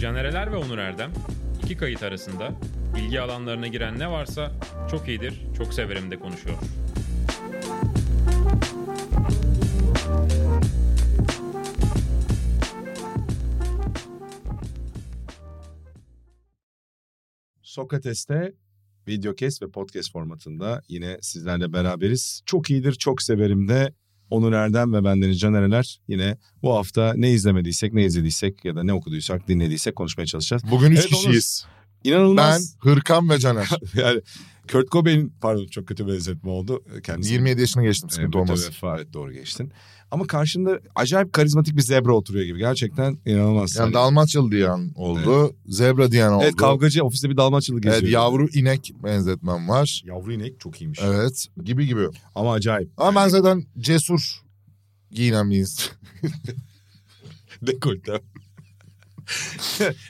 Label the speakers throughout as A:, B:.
A: Caner Eler ve Onur Erdem iki kayıt arasında ilgi alanlarına giren ne varsa çok iyidir, çok severim de konuşuyor.
B: Sokates'te videocast ve podcast formatında yine sizlerle beraberiz. Çok iyidir, çok severim de Onur Erdem ve bendeniz Canereler yine bu hafta ne izlemediysek, ne izlediysek ya da ne okuduysak, dinlediysek konuşmaya çalışacağız.
C: Bugün üç
B: Evet, Onur.
C: kişiyiz.
B: İnanılmaz.
C: Ben, Hırkan ve Caner.
B: yani Kurt Cobain pardon çok kötü benzetme oldu. Kendisi
C: 27 yaşına geçtim
B: Evet,
C: sıkıntı olmaz.
B: evet, doğru geçtin. Ama karşında acayip karizmatik bir zebra oturuyor gibi. Gerçekten inanılmaz.
C: Yani
B: Hani-
C: Dalmaçyalı diyen oldu. Zebra diyen oldu.
B: evet kavgacı ofiste bir dalmaçyalı
C: Evet,
B: geziyor.
C: yavru inek benzetmem var.
B: Yavru inek çok iyiymiş.
C: Evet gibi gibi.
B: Ama acayip.
C: Ama ben zaten cesur giyinen bir insan.
B: Dekoltem.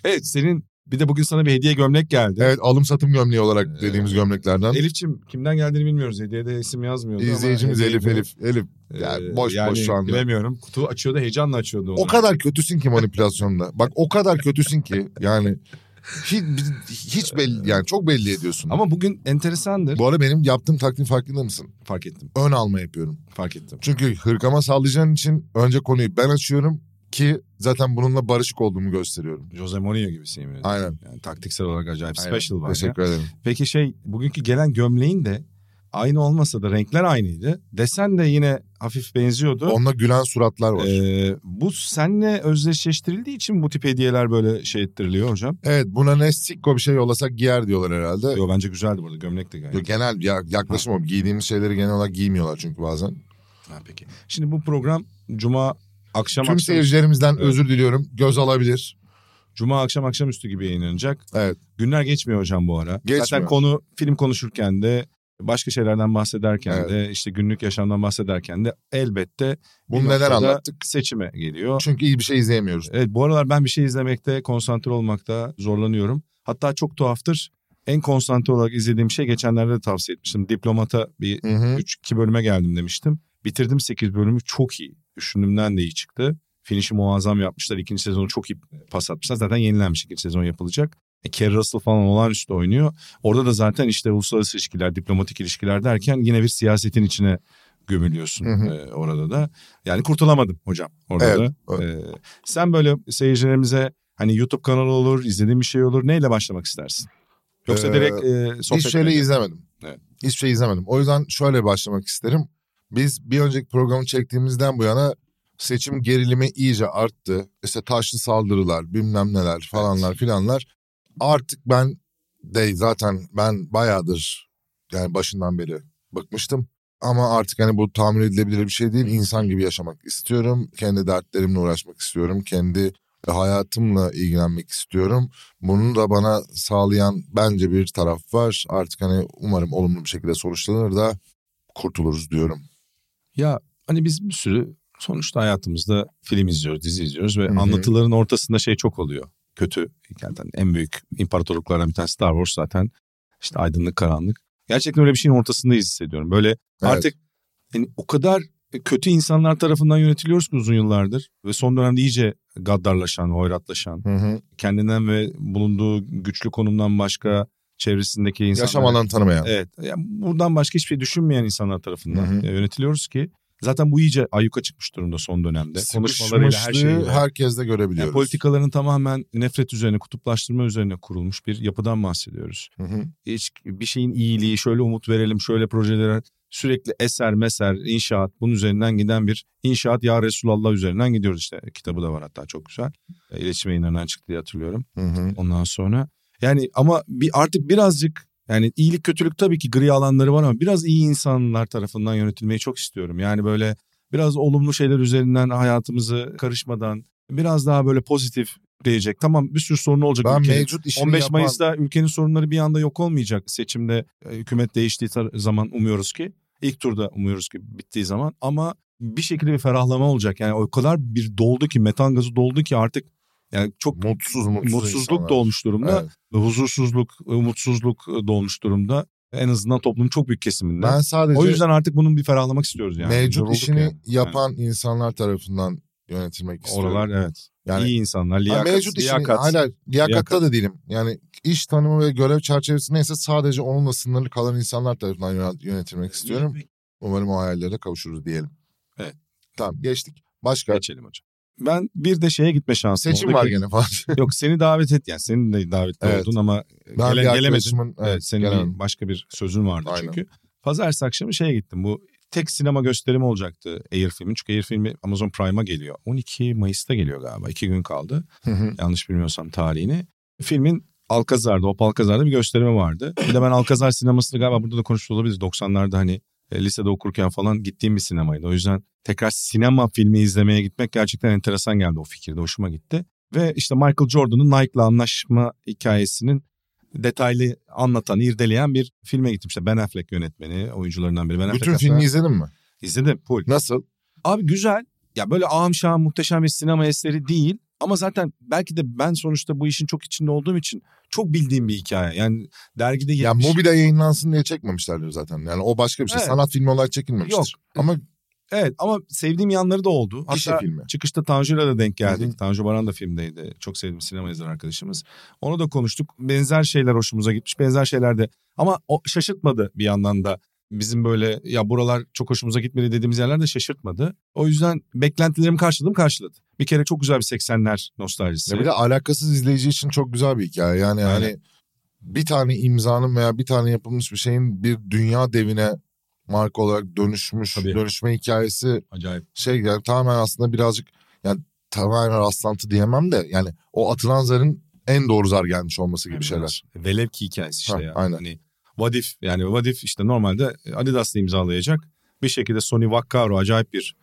B: evet senin bir de bugün sana bir hediye gömlek geldi.
C: Evet alım satım gömleği olarak dediğimiz gömleklerden.
B: Elif'çim kimden geldiğini bilmiyoruz. Hediyede isim yazmıyordu ama
C: İzleyicimiz Elif
B: hediyede-
C: Elif. Elif. Yani
B: Ee,
C: boş boş şu anda.
B: Bilemiyorum. Kutu açıyordu heyecanla açıyordu onu.
C: O kadar kötüsün ki manipülasyonda. Bak o kadar kötüsün ki yani hiç, hiç belli yani çok belli ediyorsun. Ama
B: Ama bugün enteresandır.
C: bu arada benim yaptığım takdim farkında mısın?
B: fark ettim.
C: Ön alma yapıyorum.
B: Fark ettim.
C: Çünkü hırkama sallayacağın için önce konuyu ben açıyorum ki zaten bununla barışık olduğumu gösteriyorum.
B: Jose Mourinho gibisin yemin ederim.
C: Aynen.
B: Yani taktiksel olarak acayip
C: aynen.
B: special var. ya.
C: Teşekkür ederim.
B: Peki şey bugünkü gelen gömleğin de aynı olmasa da renkler aynıydı. Desen de yine hafif benziyordu.
C: Onunla gülen suratlar var.
B: Ee, bu senle özdeşleştirildiği için bu tip hediyeler böyle şey ettiriliyor hocam.
C: Evet buna ne sikko bir şey yollasak giyer diyorlar herhalde.
B: Yo bence güzeldi burada gömlek de gayet.
C: Yo, Genel ya- yaklaşım o. Giydiğimiz şeyleri genel olarak giymiyorlar çünkü bazen.
B: Ha, peki. Şimdi bu program cuma akşam
C: Tüm
B: akşam,
C: seyircilerimizden
B: Evet.
C: özür diliyorum. Göz alabilir.
B: cuma akşam akşamüstü gibi yayınlanacak.
C: Evet.
B: Günler geçmiyor hocam bu ara.
C: Geçmiyor.
B: Zaten konu film konuşurken de başka şeylerden bahsederken
C: Evet.
B: de işte günlük yaşamdan bahsederken de elbette bir
C: Bunu neden
B: noktada
C: anlattık?
B: seçime geliyor.
C: Çünkü iyi bir şey izleyemiyoruz.
B: Evet bu aralar ben bir şey izlemekte, konsantre olmakta zorlanıyorum. Hatta çok tuhaftır. En konsantre olarak izlediğim şey geçenlerde de tavsiye etmiştim. Diplomata bir
C: Hı hı.
B: 3-2 bölüme geldim demiştim. Bitirdim 8 bölümü çok iyi. Düşündüğümden de iyi çıktı. Finish'i muazzam yapmışlar. İkinci sezonu çok iyi pas atmışlar. Zaten yenilenmiş ikinci sezon yapılacak. E, Kerry Russell falan olağanüstü oynuyor. Orada da zaten işte uluslararası ilişkiler, diplomatik ilişkiler derken yine bir siyasetin içine gömülüyorsun
C: Hı hı.
B: e, orada da. Yani kurtulamadım hocam orada
C: Evet,
B: da. E, sen böyle seyircilerimize hani YouTube kanalı olur, izlediğin bir şey olur. Neyle başlamak istersin? Yoksa
C: Ee,
B: direkt e, sohbet
C: Hiçbir şeyle
B: mi?
C: izlemedim.
B: Evet.
C: Hiçbir şey izlemedim. O yüzden şöyle başlamak isterim. Biz bir önceki programı çektiğimizden bu yana seçim gerilimi iyice arttı. İşte taşlı saldırılar, bilmem neler falanlar filanlar. Artık ben de zaten ben bayağıdır yani başından beri bıkmıştım. Ama artık hani bu tahmin edilebilir bir şey değil. İnsan gibi yaşamak istiyorum. Kendi dertlerimle uğraşmak istiyorum. Kendi hayatımla ilgilenmek istiyorum. Bunu da bana sağlayan bence bir taraf var. Artık hani umarım olumlu bir şekilde sonuçlanır da kurtuluruz diyorum.
B: Ya hani biz bir sürü sonuçta hayatımızda film izliyoruz, dizi izliyoruz ve
C: Hı hı.
B: anlatıların ortasında şey çok oluyor. Kötü zaten en büyük imparatorluklardan bir tanesi Star Wars zaten. İşte aydınlık, karanlık. Gerçekten öyle bir şeyin ortasındayız hissediyorum. Böyle artık yani o kadar kötü insanlar tarafından yönetiliyoruz ki uzun yıllardır ve son dönemde iyice gaddarlaşan, hoyratlaşan,
C: Hı hı.
B: kendinden ve bulunduğu güçlü konumdan başka çevresindeki insanlar
C: yaşam alanı tanımayan.
B: Evet. Yani buradan başka hiçbir şey düşünmeyen insanlar tarafından
C: Hı hı.
B: e, yönetiliyoruz ki zaten bu iyice ayyuka çıkmış durumda son dönemde. Konuşmalarıyla her
C: Sıkışmışlığı
B: şeyle.
C: herkes de görebiliyoruz.
B: Yani politikaların tamamen nefret üzerine, kutuplaştırma üzerine kurulmuş bir yapıdan bahsediyoruz.
C: Hı hı.
B: Hiç bir şeyin iyiliği, şöyle umut verelim, şöyle projeler, sürekli eser meser, inşaat bunun üzerinden giden bir inşaat ya Resulallah üzerinden gidiyoruz işte. Kitabı da var hatta çok güzel. E, İletişim yayınlarından çıktı diye hatırlıyorum.
C: Hı hı.
B: Ondan sonra yani ama bir artık birazcık yani iyilik kötülük tabii ki gri alanları var ama biraz iyi insanlar tarafından yönetilmeyi çok istiyorum. Yani böyle biraz olumlu şeyler üzerinden hayatımızı karışmadan biraz daha böyle pozitif diyecek. Tamam bir sürü sorun olacak.
C: Ben
B: ülkenin.
C: mevcut işini
B: 15
C: yapan-
B: Mayıs'ta ülkenin sorunları bir anda yok olmayacak. Seçimde e, hükümet değiştiği tar- zaman umuyoruz ki ilk turda umuyoruz ki bittiği zaman ama bir şekilde bir ferahlama olacak. Yani o kadar bir doldu ki metan gazı doldu ki artık yani çok
C: mutsuz mutsuz
B: mutsuzluk
C: insanlar.
B: da olmuş durumda.
C: Evet.
B: Huzursuzluk, e, mutsuzluk e, dolmuş durumda. En azından toplumun çok büyük kesiminde.
C: Ben sadece
B: o yüzden artık bunun bir ferahlamak istiyoruz yani.
C: mevcut
B: Yorulduk
C: işini
B: yani.
C: yapan insanlar tarafından yönetilmek
B: Yani
C: istiyorum.
B: oralar evet.
C: Yani
B: iyi insanlar, liyakat,
C: Ha, mevcut işin
B: liyakat.
C: hala liyakatta
B: liyakat.
C: da değilim. Yani iş tanımı ve görev çerçevesi neyse sadece onunla sınırlı kalan insanlar tarafından yön- yönetilmek istiyorum. Umarım o hayallere kavuşuruz diyelim.
B: Evet.
C: Tamam geçtik. Başka
B: Geçelim hocam. Ben bir de şeye gitme şansım
C: seçim
B: oldu.
C: var gene falan.
B: Yok seni davet et yani senin de davetli
C: Evet.
B: oldun ama
C: Ben
B: gele-
C: bir
B: gelemedin.
C: arkadaşımın-
B: Evet, senin
C: gelemedim.
B: bir başka bir sözün vardı
C: Aynen.
B: çünkü. Pazartesi akşamı şeye gittim bu tek sinema gösterimi olacaktı Air filmin. Çünkü Air filmi Amazon Prime'a geliyor. 12 Mayıs'ta geliyor galiba. iki gün kaldı.
C: Hı hı.
B: yanlış bilmiyorsam tarihini. Filmin Alkazar'da, Op Alkazar'da bir gösterimi vardı. Bir de ben Alkazar sinemasını galiba burada da konuşmuş olabiliriz. 90'larda hani e, lisede okurken falan gittiğim bir sinemaydı. O yüzden tekrar sinema filmi izlemeye gitmek gerçekten enteresan geldi o fikirde. Hoşuma gitti. Ve işte Michael Jordan'ın Nike'la anlaşma hikayesinin detaylı anlatan, irdeleyen bir filme gittim. İşte Ben Affleck yönetmeni, oyuncularından biri. Ben Affleck
C: Bütün
B: hatta
C: filmi izledin mi?
B: izledim. Full.
C: Nasıl?
B: Abi güzel. Ya böyle ağam şahım muhteşem bir sinema eseri değil. Ama zaten belki de ben sonuçta bu işin çok içinde olduğum için çok bildiğim bir hikaye. Yani dergide
C: Ya
B: 70
C: Mubi'de yayınlansın diye çekmemişlerdir zaten. Yani o başka bir şey.
B: Evet.
C: Sanat filmi olarak çekilmemiştir.
B: Yok.
C: Ama
B: Evet ama sevdiğim yanları da oldu.
C: gişe
B: Hatta
C: filmi.
B: çıkışta Tanju'yla da denk geldik.
C: Hı hı.
B: Tanju Baran da filmdeydi. Çok sevdiğim sinema yazarı arkadaşımız. Onu da konuştuk. Benzer şeyler hoşumuza gitmiş. Benzer şeyler de ama o şaşırtmadı bir yandan da. Bizim böyle ya buralar çok hoşumuza gitmedi dediğimiz yerler de şaşırtmadı. O yüzden beklentilerimi karşıladım karşıladı. Bir kere çok güzel bir 80'ler nostaljisi.
C: Ya bir de alakasız izleyici için çok güzel bir hikaye. Yani
B: Aynen.
C: hani bir tane imzanın veya bir tane yapılmış bir şeyin bir dünya devine marka olarak dönüşmüş,
B: Tabii.
C: dönüşme hikayesi
B: Acayip.
C: şey yani tamamen aslında birazcık yani tamamen rastlantı diyemem de yani o atılan zarın en doğru zar gelmiş olması gibi şeyler.
B: Velev ki hikayesi işte
C: Ha,
B: ya.
C: aynen.
B: Hani Vadif yani Vadif işte normalde Adidas'la imzalayacak. Bir şekilde Sony Vaccaro acayip bir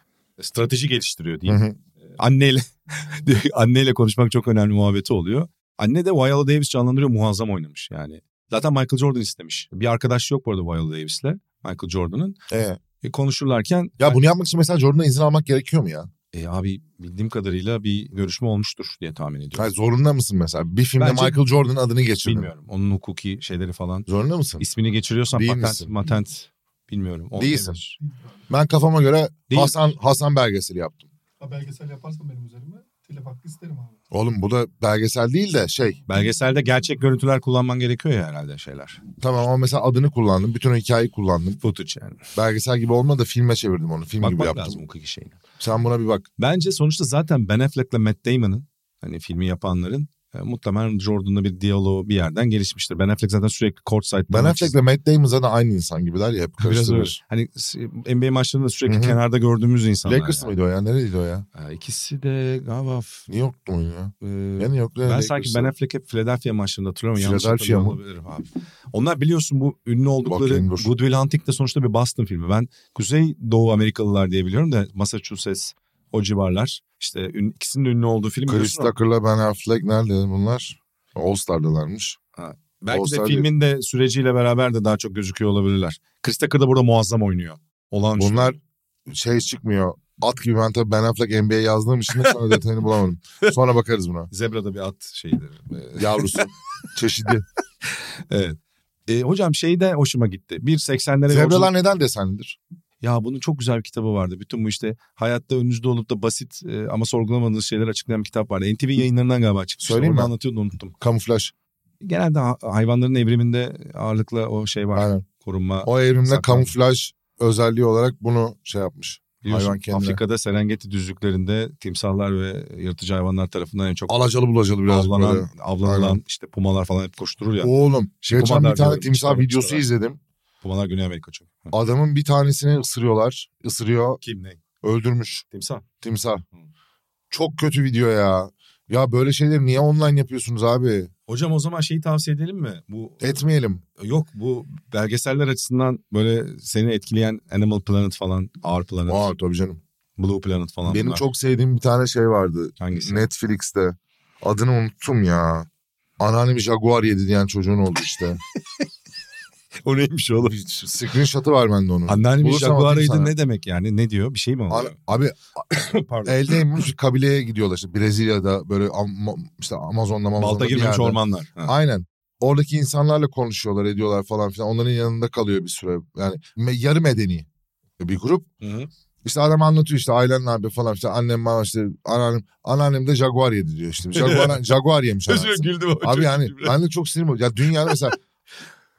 B: strateji geliştiriyor
C: Hı
B: diyeyim. Ee,
C: hı.
B: Anneyle diyor ki, anneyle konuşmak çok önemli muhabbeti oluyor. Anne de Viola Davis canlandırıyor muazzam oynamış yani. Zaten Michael Jordan istemiş. Bir arkadaş yok bu arada Viola Davis'le Michael Jordan'ın.
C: Ee,
B: E, konuşurlarken
C: ya bunu yapmak için mesela Jordan'a izin almak gerekiyor mu ya?
B: "E, abi bildiğim kadarıyla bir görüşme olmuştur diye tahmin ediyorum.
C: Hayır, zorunda mısın mesela? Bir filmde
B: Bence-
C: Michael Jordan adını geçirmek.
B: Bilmiyorum. Onun hukuki şeyleri falan.
C: Zorunda mısın?
B: İsmini geçiriyorsan
C: Değil
B: patent,
C: misin?
B: matent bilmiyorum. O
C: Değilsin.
B: nedir?
C: Ben kafama göre
B: Değil.
C: Hasan Hasan belgeseli yaptım.
D: Ha, belgesel yaparsan benim üzerime telif hakkı isterim abi.
C: Oğlum bu da belgesel değil de şey.
B: Belgeselde gerçek görüntüler kullanman gerekiyor ya herhalde şeyler.
C: Tamam ama mesela adını kullandım. Bütün o hikayeyi kullandım.
B: Footage yani.
C: Belgesel gibi olmadı da filme çevirdim onu. Film gibi
B: Bakmak
C: yaptım.
B: lazım hukuki şeyine.
C: Sen buna bir bak.
B: Bence sonuçta zaten Ben Affleck'le Matt Damon'ın hani filmi yapanların e, muhtemelen Jordan'la bir diyaloğu bir yerden gelişmiştir. Ben Affleck zaten sürekli courtside'da.
C: Ben Affleck'le Matt Damon zaten aynı insan gibiler ya. Hep
B: Biraz öyle.
C: karıştırılır.
B: Hani s- NBA maçlarında sürekli
C: Hı hı.
B: kenarda gördüğümüz insanlar.
C: Lakers
B: yani.
C: mıydı o ya? Neredeydi o ya?
B: E, İkisi de galiba f-
C: New York'tu mu ya?
B: e,
C: Ya New York'ta ya
B: ben
C: Lakers'ta.
B: sanki Ben Affleck hep Philadelphia maçlarında hatırlıyorum. Yanlış
C: Philadelphia
B: hatırlıyor
C: mı?
B: olabilirim abi. Onlar biliyorsun bu ünlü oldukları
C: Bakayım dur.
B: Good Will Hunting de sonuçta bir Boston filmi. Ben Kuzey Doğu Amerikalılar diye biliyorum da Massachusetts o civarlar. İşte ün- ikisinin de ünlü olduğu film.
C: Chris
B: biliyorsun ama
C: Tucker'la Ben Affleck nerede bunlar? All Star'dalarmış.
B: Belki de
C: All-Star
B: filmin de süreciyle beraber de daha çok gözüküyor olabilirler. Chris Tucker da burada muazzam oynuyor. Olan
C: Bunlar şey çıkmıyor. At gibi ben tabii Ben Affleck NBA yazdığım için de sana detayını bulamadım. Sonra bakarız buna.
B: Zebra'da bir at şeyidir. Ee,
C: Yavrusu.
B: Hani
C: Çeşidi.
B: evet. Ee, hocam şey de hoşuma gitti. Bir 80'lere yolculuk-
C: Zebralar neden desenlidir?
B: Ya bunun çok güzel bir kitabı vardı. Bütün bu işte hayatta önünüzde olup da basit e, ama sorgulamadığınız şeyleri açıklayan bir kitap vardı. NTV yayınlarından galiba çıkmıştı.
C: Söyleyeyim
B: Orada
C: mi?
B: anlatıyordu unuttum.
C: Kamuflaj.
B: Genelde ha- hayvanların evriminde ağırlıkla o şey var.
C: Aynen.
B: Korunma.
C: O evrimde
B: Saklandı.
C: kamuflaj özelliği olarak bunu şey yapmış.
B: Biliyorsun,
C: hayvan kendine.
B: Afrika'da Serengeti düzlüklerinde timsahlar ve yırtıcı hayvanlar tarafından en çok
C: Alacalı bulacalı biraz böyle.
B: avlanan, avlanılan
C: Aynen.
B: işte pumalar falan hep koşturur ya.
C: Oğlum geçen
B: kumandar
C: bir tane
B: diyorum,
C: timsah
B: çıkarmışlar
C: videosu
B: abi.
C: izledim.
B: Pumalar Güney Amerika çünkü. Hı.
C: Adamın bir tanesini ısırıyorlar. Isırıyor.
B: Kim ne?
C: Öldürmüş
B: Timsah.
C: timsah. Çok kötü video ya. Ya böyle şeyleri niye online yapıyorsunuz abi?
B: Hocam o zaman şeyi tavsiye edelim mi? Bu
C: Etmeyelim.
B: yok bu belgeseller açısından böyle seni etkileyen Animal Planet falan, Our Planet.
C: Aa tabii canım.
B: Blue Planet falan.
C: Benim
B: bunlar.
C: çok sevdiğim bir tane şey vardı.
B: Hangisi?
C: Netflix'te. Adını unuttum ya. Anneannemi Jaguar yedi diyen çocuğun oldu işte.
B: O neymiş oğlum?
C: Screenshot'ı var bende onun.
B: Anneannemin
C: Bulursam atayım sana.
B: jaguarıydı ne demek yani? Ne diyor? Bir şey mi
C: Abi,
B: oluyor?
C: abi
B: Pardon.
C: Eldeymiş bir kabileye gidiyorlar işte Brezilya'da böyle Am- işte Amazon'da Amazon'da
B: Balta
C: bir
B: girmemiş
C: yerde.
B: ormanlar. Ha.
C: Aynen. Oradaki insanlarla konuşuyorlar ediyorlar falan filan. Onların yanında kalıyor bir süre. Yani me- yarı medeni bir grup.
B: Hı hı.
C: İşte adam anlatıyor işte ailen ne yapıyor falan işte annem bana işte anneannem, anneannem de Jaguar yedi diyor işte. Jaguar, Jaguar yemiş
B: Özür
C: anneannem.
B: dilerim, güldüm. ama
C: Abi
B: çok
C: yani
B: cümle.
C: ben de çok sinirim oldu. Ya dünyada mesela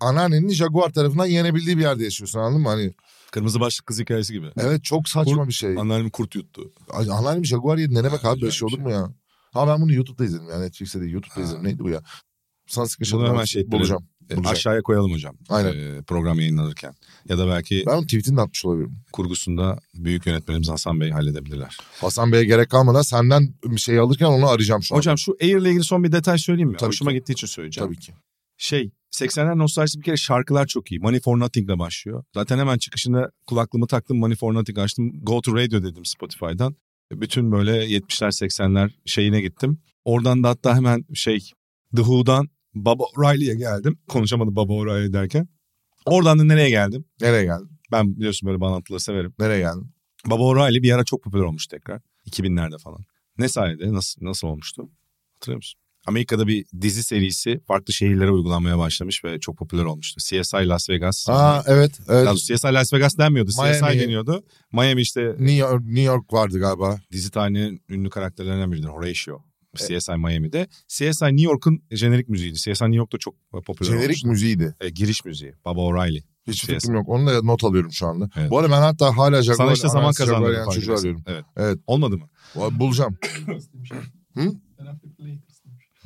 C: anneannenin Jaguar tarafından yenebildiği bir yerde yaşıyorsun anladın mı? Hani
B: Kırmızı başlık kız hikayesi gibi.
C: evet çok saçma bir şey.
B: Anneannem kurt yuttu.
C: Ay, Anneannem Jaguar yedi ne demek abi böyle şey
B: güzel bir
C: olur mu ya? Ha ben bunu YouTube'da izledim yani Netflix'te değil YouTube'da
B: Ha.
C: izledim. Neydi bu ya? Sana
B: Bunu
C: sıkışalım.
B: hemen şey ettirelim.
C: bulacağım.
B: E,
C: Bulacak.
B: aşağıya koyalım hocam.
C: Aynen.
B: E, program yayınlanırken. Ya da belki
C: Ben onun tweetini de atmış olabilirim.
B: kurgusunda büyük yönetmenimiz Hasan Bey halledebilirler.
C: Hasan Bey'e gerek kalmadan senden bir şey alırken onu arayacağım şu an.
B: Hocam şu Air'le ilgili son bir detay söyleyeyim mi?
C: Tabii
B: Hoşuma
C: ki.
B: gittiği için söyleyeceğim.
C: Tabii ki.
B: Şey 80'ler nostaljisi bir kere şarkılar çok iyi. Money for Nothing'le başlıyor. Zaten hemen çıkışında kulaklığımı taktım Money for Nothing açtım. Go to Radio dedim Spotify'dan. Bütün böyle 70'ler 80'ler şeyine gittim. Oradan da hatta hemen şey The Who'dan Baba O'Reilly'ye geldim. Konuşamadım Baba O'Reilly derken. Oradan da nereye geldim?
C: Nereye geldin?
B: Ben biliyorsun böyle bağlantıları severim.
C: Nereye geldin?
B: Baba O'Reilly bir ara çok popüler olmuş tekrar. 2000'lerde falan. Ne sayede? Nasıl, nasıl olmuştu? Hatırlıyor musun? Amerika'da bir dizi serisi farklı şehirlere uygulanmaya başlamış ve çok popüler olmuştu. CSI Las Vegas.
C: Aa evet. evet.
B: Daha doğrusu CSI Las Vegas denmiyordu. CSI
C: Miami.
B: deniyordu. Miami işte
C: New, York, New York vardı galiba.
B: dizi tarihinin ünlü karakterlerinden biridir. Horatio.
C: E-
B: CSI Miami'de. CSI New York'un jenerik müziğiydi. CSI New York'ta çok popüler
C: Jenerik
B: olmuştu.
C: müziğiydi.
B: E, giriş müziği. Baba O'Reilly.
C: Hiç
B: Yes.
C: fikrim yok. Onu da not alıyorum şu anda.
B: Evet.
C: Bu arada ben hatta hala Jaguar,
B: Sana işte zaman
C: Anansi Jaguar
B: kazandırdı.
C: yani
B: fark
C: çocuğu
B: edersin.
C: arıyorum.
B: Evet.
C: Evet.
B: Olmadı mı?
C: Bulacağım.
D: Lakers demiş.
C: Hı?
D: Ben Afrika Lakers demiş.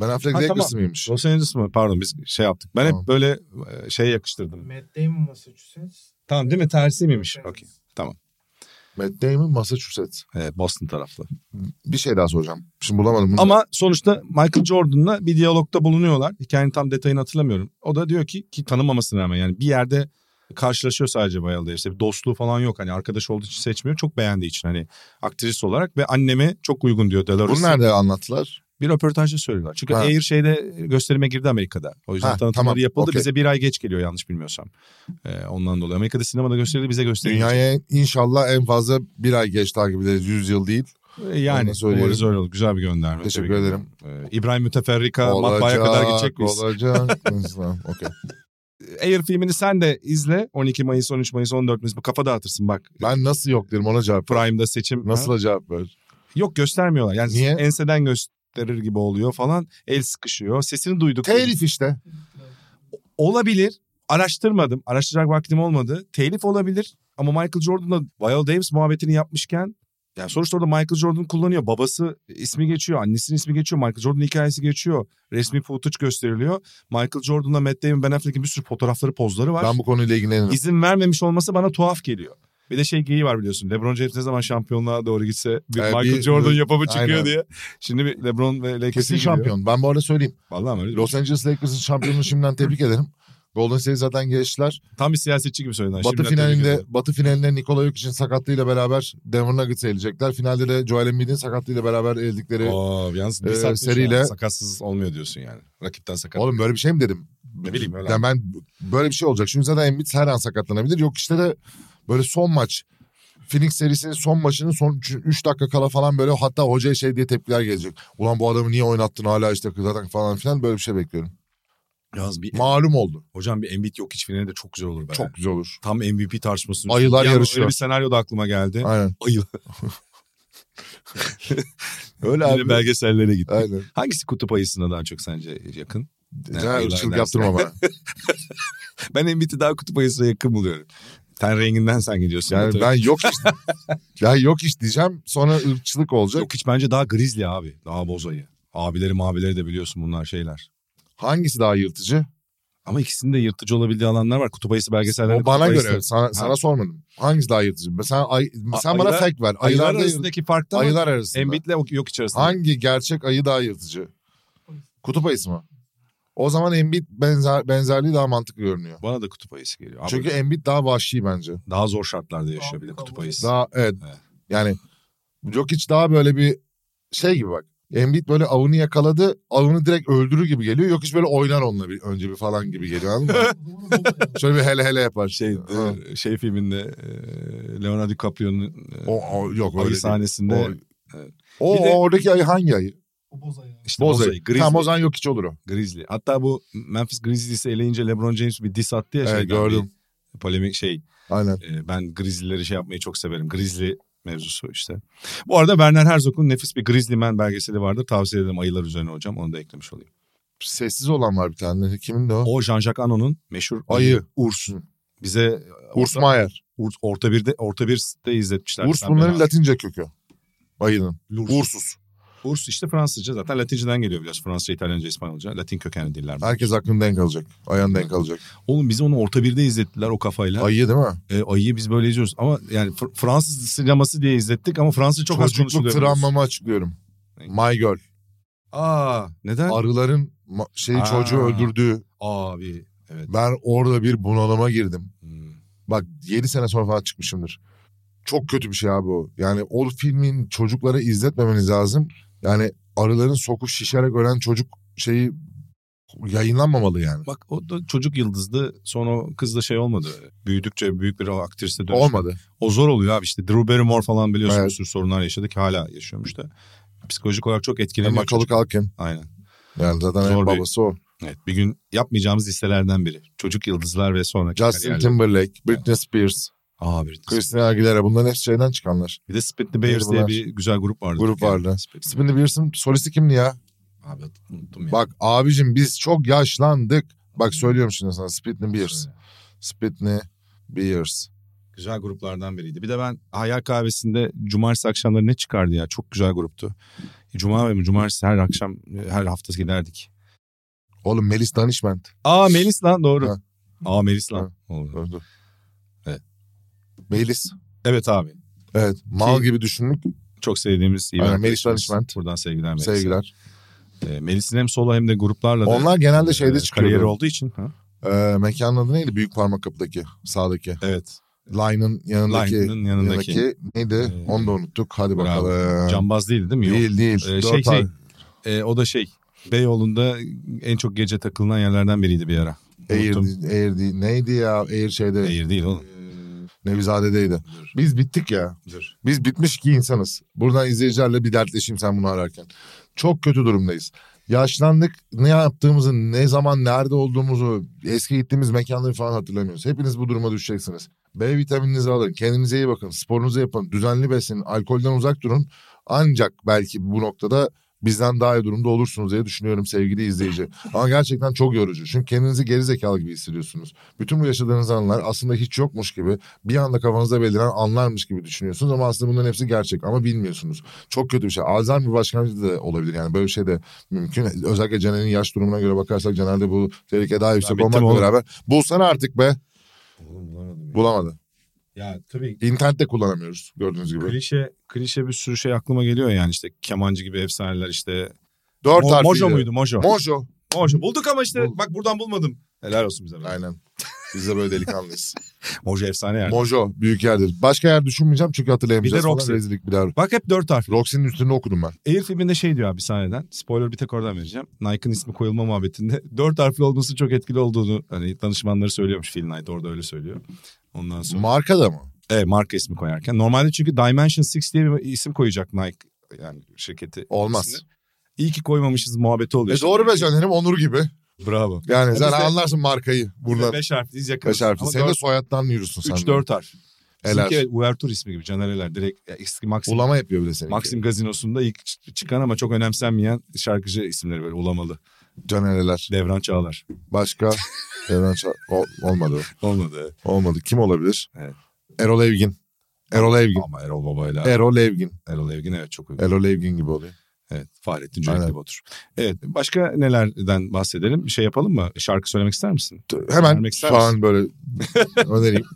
C: Ben Affleck
B: Ha,
C: Lakers
B: tamam.
C: miymiş?
B: Los Angeles mı? Pardon biz şey yaptık. Ben
C: Tamam.
B: hep böyle e, şeye yakıştırdım.
E: Matt Damon Massachusetts.
B: Tamam değil mi? Tersi miymiş?
E: Evet.
B: Okey. Tamam.
C: Matt Damon Massachusetts.
B: Ee, Boston taraflı.
C: Bir şey daha soracağım. Şimdi bulamadım bunu.
B: Ama sonuçta Michael Jordan'la bir diyalogda bulunuyorlar. Hikayenin tam detayını hatırlamıyorum. O da diyor ki ki tanımamasına rağmen yani bir yerde karşılaşıyor sadece Bayalı işte bir dostluğu falan yok. Hani arkadaş olduğu için seçmiyor. Çok beğendiği için hani aktris olarak ve anneme çok uygun diyor Dolores.
C: bunu nerede anlattılar?
B: Bir röportajda söylüyorlar. Çünkü
C: Ha.
B: Air şeyde gösterime girdi Amerika'da. O yüzden
C: Ha,
B: tanıtımları
C: tamam,
B: yapıldı.
C: okey.
B: Bize bir ay geç geliyor yanlış bilmiyorsam. Ee, ondan dolayı. Amerika'da sinemada gösterildi bize gösterildi.
C: Dünyaya inşallah en fazla bir ay geç takip ederiz. 100 yıl değil. Onu
B: Ee, Yani
C: da söyleyelim.
B: doğru öyle oldu. Güzel bir gönderme.
C: Teşekkür
B: Tabii ki.
C: ederim.
B: Ee, İbrahim Müteferrika matbaaya kadar gidecek miyiz?
C: Olacak. Tamam, Okey.
B: Air filmini sen de izle. 12 Mayıs, 13 Mayıs, 14 Mayıs. Bu Kafa dağıtırsın bak.
C: Ben nasıl yok derim ona cevap ver.
B: Prime'da seçim.
C: Nasıl
B: Ha?
C: da cevap ver?
B: Yok göstermiyorlar. Yani
C: Niye?
B: enseden gösterir gibi oluyor falan. El sıkışıyor. Sesini duyduk.
C: Telif işte.
B: Olabilir. Araştırmadım. Araştıracak vaktim olmadı. Telif olabilir. Ama Michael Jordan'la Viola Davis muhabbetini yapmışken yani sonuçta orada Michael Jordan kullanıyor. Babası ismi geçiyor, annesinin ismi geçiyor, Michael Jordan hikayesi geçiyor. Resmi footage gösteriliyor. Michael Jordan'la Matt Damon, Ben Affleck'in bir sürü fotoğrafları, pozları var.
C: Ben bu konuyla ilgilenirim.
B: izin vermemiş olması bana tuhaf geliyor. Bir de şey geyiği var biliyorsun. LeBron James ne zaman şampiyonluğa doğru gitse bir
C: Ee,
B: Michael
C: bir-
B: Jordan yapımı çıkıyor
C: Aynen.
B: diye. Şimdi bir LeBron ve Lakers'e
C: Kesin
B: gidiyor.
C: şampiyon. Ben bu arada söyleyeyim.
B: Vallahi mi öyle?
C: Los Angeles Lakers'ın şampiyonluğunu şimdiden tebrik ederim. Golden State zaten geçtiler.
B: Tam bir siyasetçi gibi söyledin.
C: Batı
B: Şimdiden tebrik
C: finalinde
B: ederim.
C: Batı finalinde Nikola Jokic'in sakatlığıyla beraber Denver Nuggets'e elecekler. Finalde de Joel Embiid'in sakatlığıyla beraber eldikleri.
B: Oo, yalnız bir
C: Ee,
B: saat
C: seriyle-
B: seriyle sakatsız olmuyor diyorsun yani. Rakipten sakat.
C: Oğlum böyle bir şey mi dedim?
B: ne bileyim öyle.
C: Yani ben böyle bir şey olacak. Çünkü zaten Embiid her an sakatlanabilir. Yok işte de böyle son maç. Phoenix serisinin son maçının son 3 dakika kala falan böyle hatta hocaya şey diye tepkiler gelecek. Ulan bu adamı niye oynattın hala işte zaten falan filan böyle bir şey bekliyorum.
B: Yalnız bir
C: Malum oldu.
B: hocam bir Embiid yok iç finali de çok güzel olur be.
C: Çok güzel olur.
B: Tam MVP tartışmasını.
C: Ayılar
B: Bir an
C: yarışıyor.
B: Öyle bir senaryo da aklıma geldi.
C: Aynen.
B: Ayı.
C: Öyle
B: Yine
C: abi.
B: belgesellere gitti.
C: Aynen.
B: Hangisi kutup ayısına daha çok sence yakın?
C: Ya,
B: ayılar
C: ırkçılık
B: dersin.
C: yaptırma bana.
B: Ben Embiid'i daha kutup ayısına yakın buluyorum. Ten renginden sen gidiyorsun.
C: Yani ben yok işte. ya yok iş diyeceğim sonra ırkçılık olacak.
B: Yok hiç bence daha grizzly abi. Daha boz ayı. Abileri mabileri de biliyorsun bunlar şeyler.
C: Hangisi daha yırtıcı?
B: Ama ikisinde yırtıcı olabildiği alanlar var. Kutup ayısı belgesellerde
C: O bana
B: kutup
C: göre.
B: şey ayısı-
C: Sana, sana sormadım. Hangisi daha yırtıcı? Sen, ay, sen bana
B: ayılar-
C: fake ver.
B: Ayılar
C: Ayılar, da yırtıcı.
B: arasındaki fark da
C: Ayılar arasında.
B: Embiid'le o- yok hiç arasında.
C: Hangi gerçek ayı daha yırtıcı? Kutup ayısı mı? O zaman Embiid benzer, benzerliği daha mantıklı görünüyor.
B: Bana da kutup ayısı geliyor. Ama
C: Çünkü Embiid daha vahşi bence.
B: daha zor şartlarda yaşıyor bir de kutup ayısı.
C: Daha evet.
B: Evet.
C: Yani Jokic daha böyle bir şey gibi bak. Embiid böyle avını yakaladı, avını direkt öldürür gibi geliyor. Jokic böyle oynar onunla bir önce bir falan gibi geliyor anladın mı? Şöyle bir hele hele yapar.
B: Şey,
C: Ha.
B: şey filminde e, Leonardo DiCaprio'nun e,
C: O, o- yok öyle
B: ayı
C: değil.
B: sahnesinde
C: O,
B: Evet.
C: o,
B: Bir de-
C: o oradaki ayı hangi ayı?
D: O boz ayağı.
B: işte
C: Boz ayı.
B: grizzly.
C: Tamam o zaman Jokic olur o.
B: Grizzly. Hatta bu Memphis Grizzlies'i eleyince LeBron James bir diss attı ya.
C: Evet,
B: şeyden
C: gördüm.
B: bir Polemik şey.
C: Aynen.
B: e, Ben Grizzly'leri şey yapmayı çok severim. Grizzly mevzusu işte. Bu arada Werner Herzog'un nefis bir Grizzly Man belgeseli vardır. Tavsiye ederim ayılar üzerine hocam. Onu da eklemiş olayım.
C: Sessiz olan var bir tane. Kimin de o?
B: O Jean-Jacques Anon'un meşhur
C: Ayı.
B: Urs. Bize
C: Urs
B: orta,
C: Mayer.
B: Urs- orta birde orta birde izletmişler.
C: Urs
B: Sen
C: bunların
B: beni-
C: latince kökü. Ayının.
B: Lurs.
C: Ursus.
B: Urs işte Fransızca zaten Latinceden geliyor biliyorsun. Fransızca, İtalyanca, İspanyolca. Latin kökenli diller. bunlar.
C: Herkes aklını denk alacak. Ayağını denk alacak.
B: Oğlum bizi onu orta birde izlettiler o kafayla.
C: Ayı değil mi?
B: E, ayıyı biz böyle izliyoruz. Ama yani Fr- Fransız sineması diye izlettik ama Fransız çok az
C: Çocukluk
B: konuşuluyor.
C: travmamı açıklıyorum.
B: Ne?
C: My Girl.
B: Aa neden?
C: Arıların ma- şeyi
B: Aa.
C: çocuğu öldürdüğü.
B: Abi.
C: Ben orada bir bunalıma girdim.
B: Hmm.
C: Bak 7 sene sonra falan çıkmışımdır. Çok kötü bir şey abi o. Yani o filmin çocuklara izletmemeniz lazım. Yani arıların sokup şişerek ölen çocuk şeyi yayınlanmamalı yani.
B: Bak o da çocuk yıldızdı. Sonra o kız da şey olmadı. Büyüdükçe büyük bir aktriste dönüştü.
C: Olmadı.
B: O zor oluyor abi işte. Drew Barrymore falan biliyorsun
C: Evet.
B: bir sürü sorunlar yaşadı ki hala yaşıyormuş da. Psikolojik olarak çok
C: Hem
B: etkileniyor.
C: Makalı
B: çocuk.
C: Kalkin.
B: Aynen.
C: Yani zaten en
B: şey Zor bir-
C: babası o.
B: Evet, bir gün yapmayacağımız listelerden biri. Çocuk yıldızlar ve sonraki
C: Justin
B: kariyerler.
C: Timberlake, Britney Spears,
B: Aa, bir,
C: Christina Aguilera bunların hepsi şeyden çıkanlar.
B: bir de Spitney Bears diye
C: Bunlar.
B: bir güzel grup vardı.
C: Grup
B: Türkiye'de.
C: vardı.
B: Spitney-
C: Britney Spears'ın solisti kimdi ya?
B: Abi unuttum ya.
C: Bak abicim biz çok yaşlandık. Bak söylüyorum şimdi sana Britney Bears.
B: Söyle.
C: Britney Bears.
B: Güzel gruplardan biriydi. Bir de ben Hayal Kahvesi'nde cumartesi akşamları ne çıkardı ya? Çok güzel gruptu. Cuma ve cumartesi her akşam her hafta giderdik.
C: Oğlum Melis Danişment.
B: Aa Melis lan doğru.
C: Ha.
B: Aa Melis lan.
C: Ha.
B: Doğru.
C: Öldü.
B: Evet.
C: Melis.
B: Evet abi.
C: Evet. Mal
B: Ki-
C: gibi düşündük.
B: Çok sevdiğimiz iyi bir
C: Aynen, Melis
B: arkadaşımız.
C: Danışment.
B: Buradan sevgiler Melis.
C: Sevgiler.
B: Melis'in hem solo hem de gruplarla da
C: Onlar genelde şeyde
B: e, kariyeri
C: çıkıyordu.
B: olduğu için. Ha?
C: Ee, mekanın adı neydi? Büyük parmak kapıdaki. Sağdaki.
B: Evet.
C: Line'ın yanındaki.
B: Line'ın yanındaki.
C: yanındaki Neydi?
B: Ee,
C: Onu da unuttuk. Hadi
B: bravo.
C: bakalım.
B: Cambaz değil değil mi? Yok.
C: Değil değil.
B: Ee,
C: Dört
B: şey, şey,
C: ay.
B: E, o da şey. Beyoğlu'nda en çok gece takılınan yerlerden biriydi bir ara.
C: Air,
B: Unuttum.
C: Air değil. Neydi ya? Air şeyde.
B: Eğir değil oğlum.
C: Nevizade'deydi.
B: Dur.
C: Biz bittik ya.
B: Dur.
C: Biz bitmiş ki insanız. Buradan izleyicilerle bir dertleşeyim sen bunu ararken. Çok kötü durumdayız. Yaşlandık. Ne yaptığımızı, ne zaman nerede olduğumuzu, eski gittiğimiz mekanları falan hatırlamıyoruz. Hepiniz bu duruma düşeceksiniz. B vitamininizi alın. Kendinize iyi bakın. Sporunuzu yapın. Düzenli beslenin. Alkolden uzak durun. Ancak belki bu noktada bizden daha iyi durumda olursunuz diye düşünüyorum sevgili izleyici. Ama gerçekten çok yorucu. Çünkü kendinizi geri zekalı gibi hissediyorsunuz. Bütün bu yaşadığınız anlar aslında hiç yokmuş gibi bir anda kafanızda beliren anlarmış gibi düşünüyorsunuz ama aslında bunların hepsi gerçek ama bilmiyorsunuz. Çok kötü bir şey. Alzheimer başkanlığı da olabilir yani böyle bir şey de mümkün. Özellikle Caner'in yaş durumuna göre bakarsak Caner'de bu tehlike daha yüksek
B: bittim
C: olmakla
B: oğlum.
C: beraber. Bulsana artık be.
B: Oğlum bulamadım ya.
C: Bulamadı.
B: Ya tabii
C: İnternette kullanamıyoruz gördüğünüz gibi.
B: klişe klişe bir sürü şey aklıma geliyor yani işte kemancı gibi efsaneler işte.
C: Dört
B: Mo-
C: harfli.
B: Mojo muydu Mojo?
C: Mojo.
B: Mojo. Bulduk ama işte
C: Bul-
B: bak buradan bulmadım. Helal olsun bize. be.
C: Aynen. Biz de böyle delikanlıyız.
B: Mojo efsane yani.
C: Mojo büyük yerdir. Başka yer düşünmeyeceğim çünkü
B: Bir de
C: hatırlayamayacağız. Falan
B: Roxy.
C: Rezillik bir daha.
B: bak hep dört harfli.
C: Roxy'nin üstünde okudum ben.
B: Air filminde şey diyor abi sahneden. Spoiler bir tek oradan vereceğim. Nike'ın ismi koyulma muhabbetinde. Dört harfli olması çok etkili olduğunu hani danışmanları söylüyormuş Phil Knight orada öyle söylüyor. Ondan sonra.
C: Marka da mı?
B: Evet E, marka ismi koyarken. Normalde çünkü Dimension 6 diye bir isim koyacak Nike yani şirketi.
C: Olmaz.
B: ismini. İyi ki koymamışız muhabbeti oluyor.
C: E
B: işte.
C: doğru be Caner'im Onur gibi.
B: Bravo.
C: Yani sen
B: biz de-
C: anlarsın markayı buradan.
B: Beş harfliyiz yakınız.
C: Beş harfli.
B: Ama
C: Sen de
B: dört-
C: soyattan yürürsün sen.
B: Üç
C: de.
B: dört harf.
C: Eler.
B: Sizinki evet Uvertür ismi gibi Caner Eler. Direkt ya, eski Maxim,
C: Ulama yapıyor bile seninki.
B: Maxim Gazinosu'nda ilk ç- çıkan ama çok önemsenmeyen şarkıcı isimleri böyle ulamalı.
C: Canereler.
B: Devran Çağlar.
C: Başka. Evren Çağ- Ol- olmadı.
B: Olmadı.
C: Olmadı. Kim olabilir?
B: Evet.
C: Erol Evgin. Erol Evgin.
B: Ama Erol Baba'yla.
C: Erol Evgin.
B: Erol Evgin evet çok uygun.
C: Erol Evgin gibi oluyor.
B: Evet Fahrettin
C: Aynen.
B: Cüneytli Batur. Evet başka nelerden bahsedelim? Bir şey yapalım mı? Şarkı söylemek ister misin?
C: T- Hemen
B: Vermek ister
C: şu an böyle önereyim.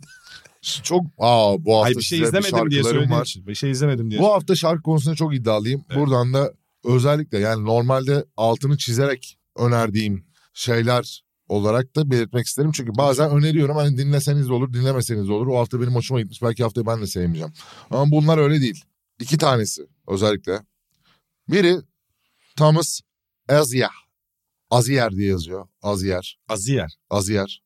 C: Çok aa bu hafta
B: Ay bir şey
C: size
B: izlemedim diye
C: şarkılarım
B: söylediğin
C: var.
B: için. Bir şey izlemedim diye.
C: Bu hafta şarkı konusunda çok iddialıyım.
B: Evet.
C: Buradan da özellikle yani normalde altını çizerek önerdiğim şeyler olarak da belirtmek isterim. Çünkü bazen öneriyorum hani dinleseniz de olur dinlemeseniz de olur. O hafta benim hoşuma gitmiş belki haftayı ben de sevmeyeceğim. Ama bunlar öyle değil. İki tanesi özellikle. Biri Thomas Azier. Azier diye yazıyor. Azier.
B: Aziyer.
C: Azier.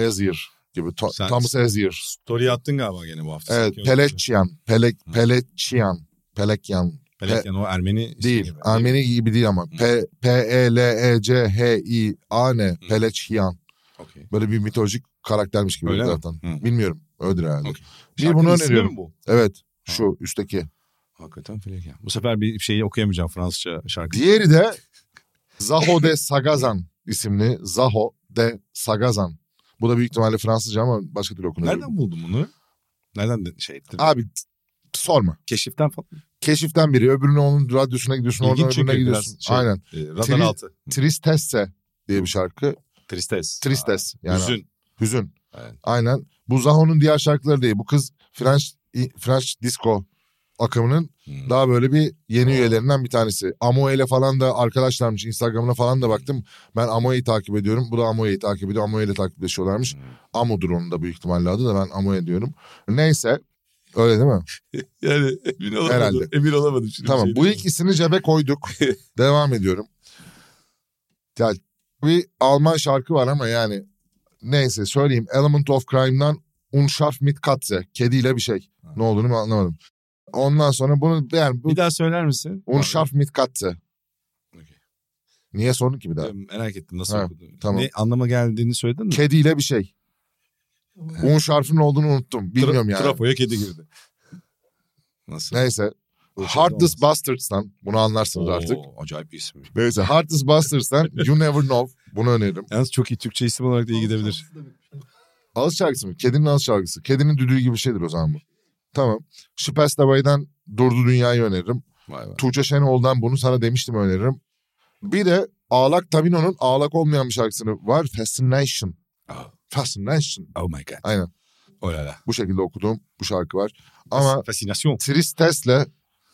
C: Azier gibi. To-
B: Sen-
C: Thomas Azier.
B: Story attın galiba gene bu hafta.
C: Evet,
B: Sanki öyle.
C: Pelekçian. Pelek, Pelekçian. Pelekyan
B: Pelek yani o Ermeni. ismi
C: Değil.
B: gibi.
C: Ermeni gibi değil ama. P, P E L E C H I A N Peleçhiyan.
B: Okey.
C: Böyle bir mitolojik karaktermiş gibi
B: Öyle mi?
C: zaten.
B: Hı.
C: Bilmiyorum. Öyledir herhalde.
B: Okey.
C: Bir bunu
B: Şarkının ismi
C: öneriyorum.
B: mi bu?
C: Evet. Şu üstteki.
B: Hakikaten felek ya. Bu sefer bir şeyi okuyamayacağım Fransızca şarkı.
C: Diğeri de Zaho de Sagazan isimli. Zaho de Sagazan. Bu da büyük ihtimalle Fransızca ama başka türlü okunuyor.
B: Nereden buldun bunu? Nereden de- şey ettin?
C: Abi t- sorma.
B: Keşiften falan.
C: Keşiften biri. Öbürünün onun radyosuna gidiyorsun.
B: İlginç
C: Oradan
B: çünkü
C: öbürüne
B: biraz
C: gidiyorsun.
B: şey-
C: Aynen.
B: Ee, radar
C: Tri-
B: altı.
C: Tristesse diye bir şarkı.
B: Tristes.
C: Tristesse.
B: Aa,
C: Yani
B: Hüzün.
C: Hüzün.
B: Evet.
C: Aynen. Bu Zaho'nun diğer şarkıları değil. Bu kız French French disco akımının
B: Hmm.
C: daha böyle bir yeni üyelerinden bir tanesi. Amoe ile falan da arkadaşlarmış. Instagram'ına falan da
B: Hmm.
C: baktım. Ben Amoe'yi takip ediyorum. Bu da Amoe'yi takip ediyor. Amoe ile takipleşiyorlarmış.
B: Hmm.
C: Amo'dur onun da büyük ihtimalle adı da ben Amoe diyorum. Neyse. Öyle değil mi?
B: Yani emin olamadım.
C: Herhalde.
B: Emin olamadım şimdi.
C: tamam.
B: bir şey
C: bu
B: diyeyim.
C: ikisini cebe koyduk. Devam ediyorum. Ya bir Alman şarkı var ama yani neyse söyleyeyim. Element of Crime'dan Unschaff mit Katze. Kediyle bir şey.
B: Ha.
C: Ne olduğunu anlamadım. Ondan sonra bunu yani bu
B: Bir daha söyler misin?
C: Unscharf mit Katze.
B: Okey.
C: Niye sordun ki bir daha?
B: Ee, Merak ettim nasıl
C: Ha,
B: okudun?
C: tamam.
B: Ne anlama geldiğini söyledin mi?
C: Kediyle bir şey.
D: Ama
C: Un şarfının olduğunu unuttum. Bilmiyorum
B: Tra-
C: yani.
B: Trafoya kedi girdi. Nasıl?
C: Neyse.
B: Bu şey
C: Heartless
B: olmaz.
C: Bastards'tan bunu anlarsınız
B: Oo,
C: artık.
B: Acayip bir isim.
C: Neyse Heartless Bastards'tan You Never Know bunu öneririm.
B: Yalnız çok iyi Türkçe isim olarak da iyi gidebilir.
D: şansı da bir şey.
C: Ağız şarkısı mı? Kedinin ağız şarkısı. Kedinin düdüğü gibi bir şeydir o zaman bu. Tamam. Şüphes Dabay'dan Durdu Dünya'yı öneririm.
B: Vay vay.
C: Tuğçe Şenoğlu'dan bunu sana demiştim öneririm. Bir de Ağlak Tabino'nun Ağlak Olmayan bir şarkısını var. Fascination.
B: Oh,
C: Fascination.
B: oh my god.
C: Aynen.
B: Oh la la.
C: Bu şekilde okuduğum bu şarkı var. Ama
B: Fascinasyon.
C: Tristes'le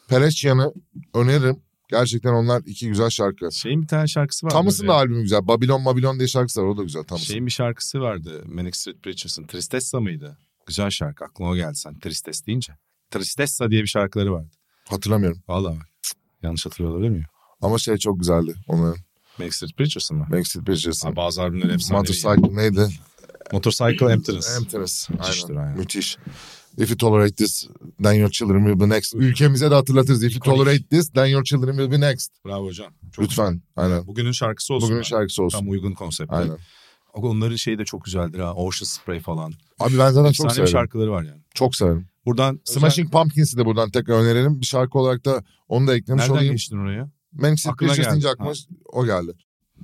C: Pereçyan'ı öneririm. Gerçekten onlar iki güzel şarkı.
B: Şeyin bir tane şarkısı var.
C: Thomas'ın
B: böyle.
C: da albümü güzel. Babylon Babylon diye şarkısı var. O da güzel Thomas'ın.
B: Şeyin bir şarkısı vardı. Manic Street Preachers'ın. Tristessa mıydı? Güzel şarkı. Aklıma o geldi sen. Tristes deyince. Tristessa diye bir şarkıları vardı.
C: Hatırlamıyorum.
B: Valla bak. cık, Yanlış hatırlıyor olabilir miyim?
C: Ama şey çok güzeldi. Onların.
B: Manic Street Preachers'ın mı?
C: Backstreet Preachers'ın.
B: Ha, bazı albümler efsane.
C: Motorcycle neydi?
B: Motorcycle Emptiness.
C: Emptiness.
B: Müthiştir
C: Aynen.
B: aynen.
C: Müthiş. If you tolerate this, then your children will be next. Ülkemize de hatırlatırız. If you
B: İkonik.
C: tolerate this, then your children will be next.
B: Bravo hocam. Çok
C: Lütfen. Aynen.
B: Bugünün şarkısı olsun.
C: Bugünün
B: abi.
C: şarkısı olsun.
B: Tam uygun konsept.
C: Aynen.
B: Onların şeyi de çok güzeldir ha. Ocean Spray falan.
C: Abi ben zaten çok
B: Efsane bir
C: severim.
B: şarkıları var yani.
C: Çok severim.
B: Buradan
C: Smashing Pumpkins'i de buradan tekrar önerelim. Bir şarkı olarak da onu da eklemiş
B: Nereden
C: olayım.
B: geçtin oraya?
C: Manic Street
B: Aklına
C: Preachers
B: geldi.
C: deyince aklıma o geldi.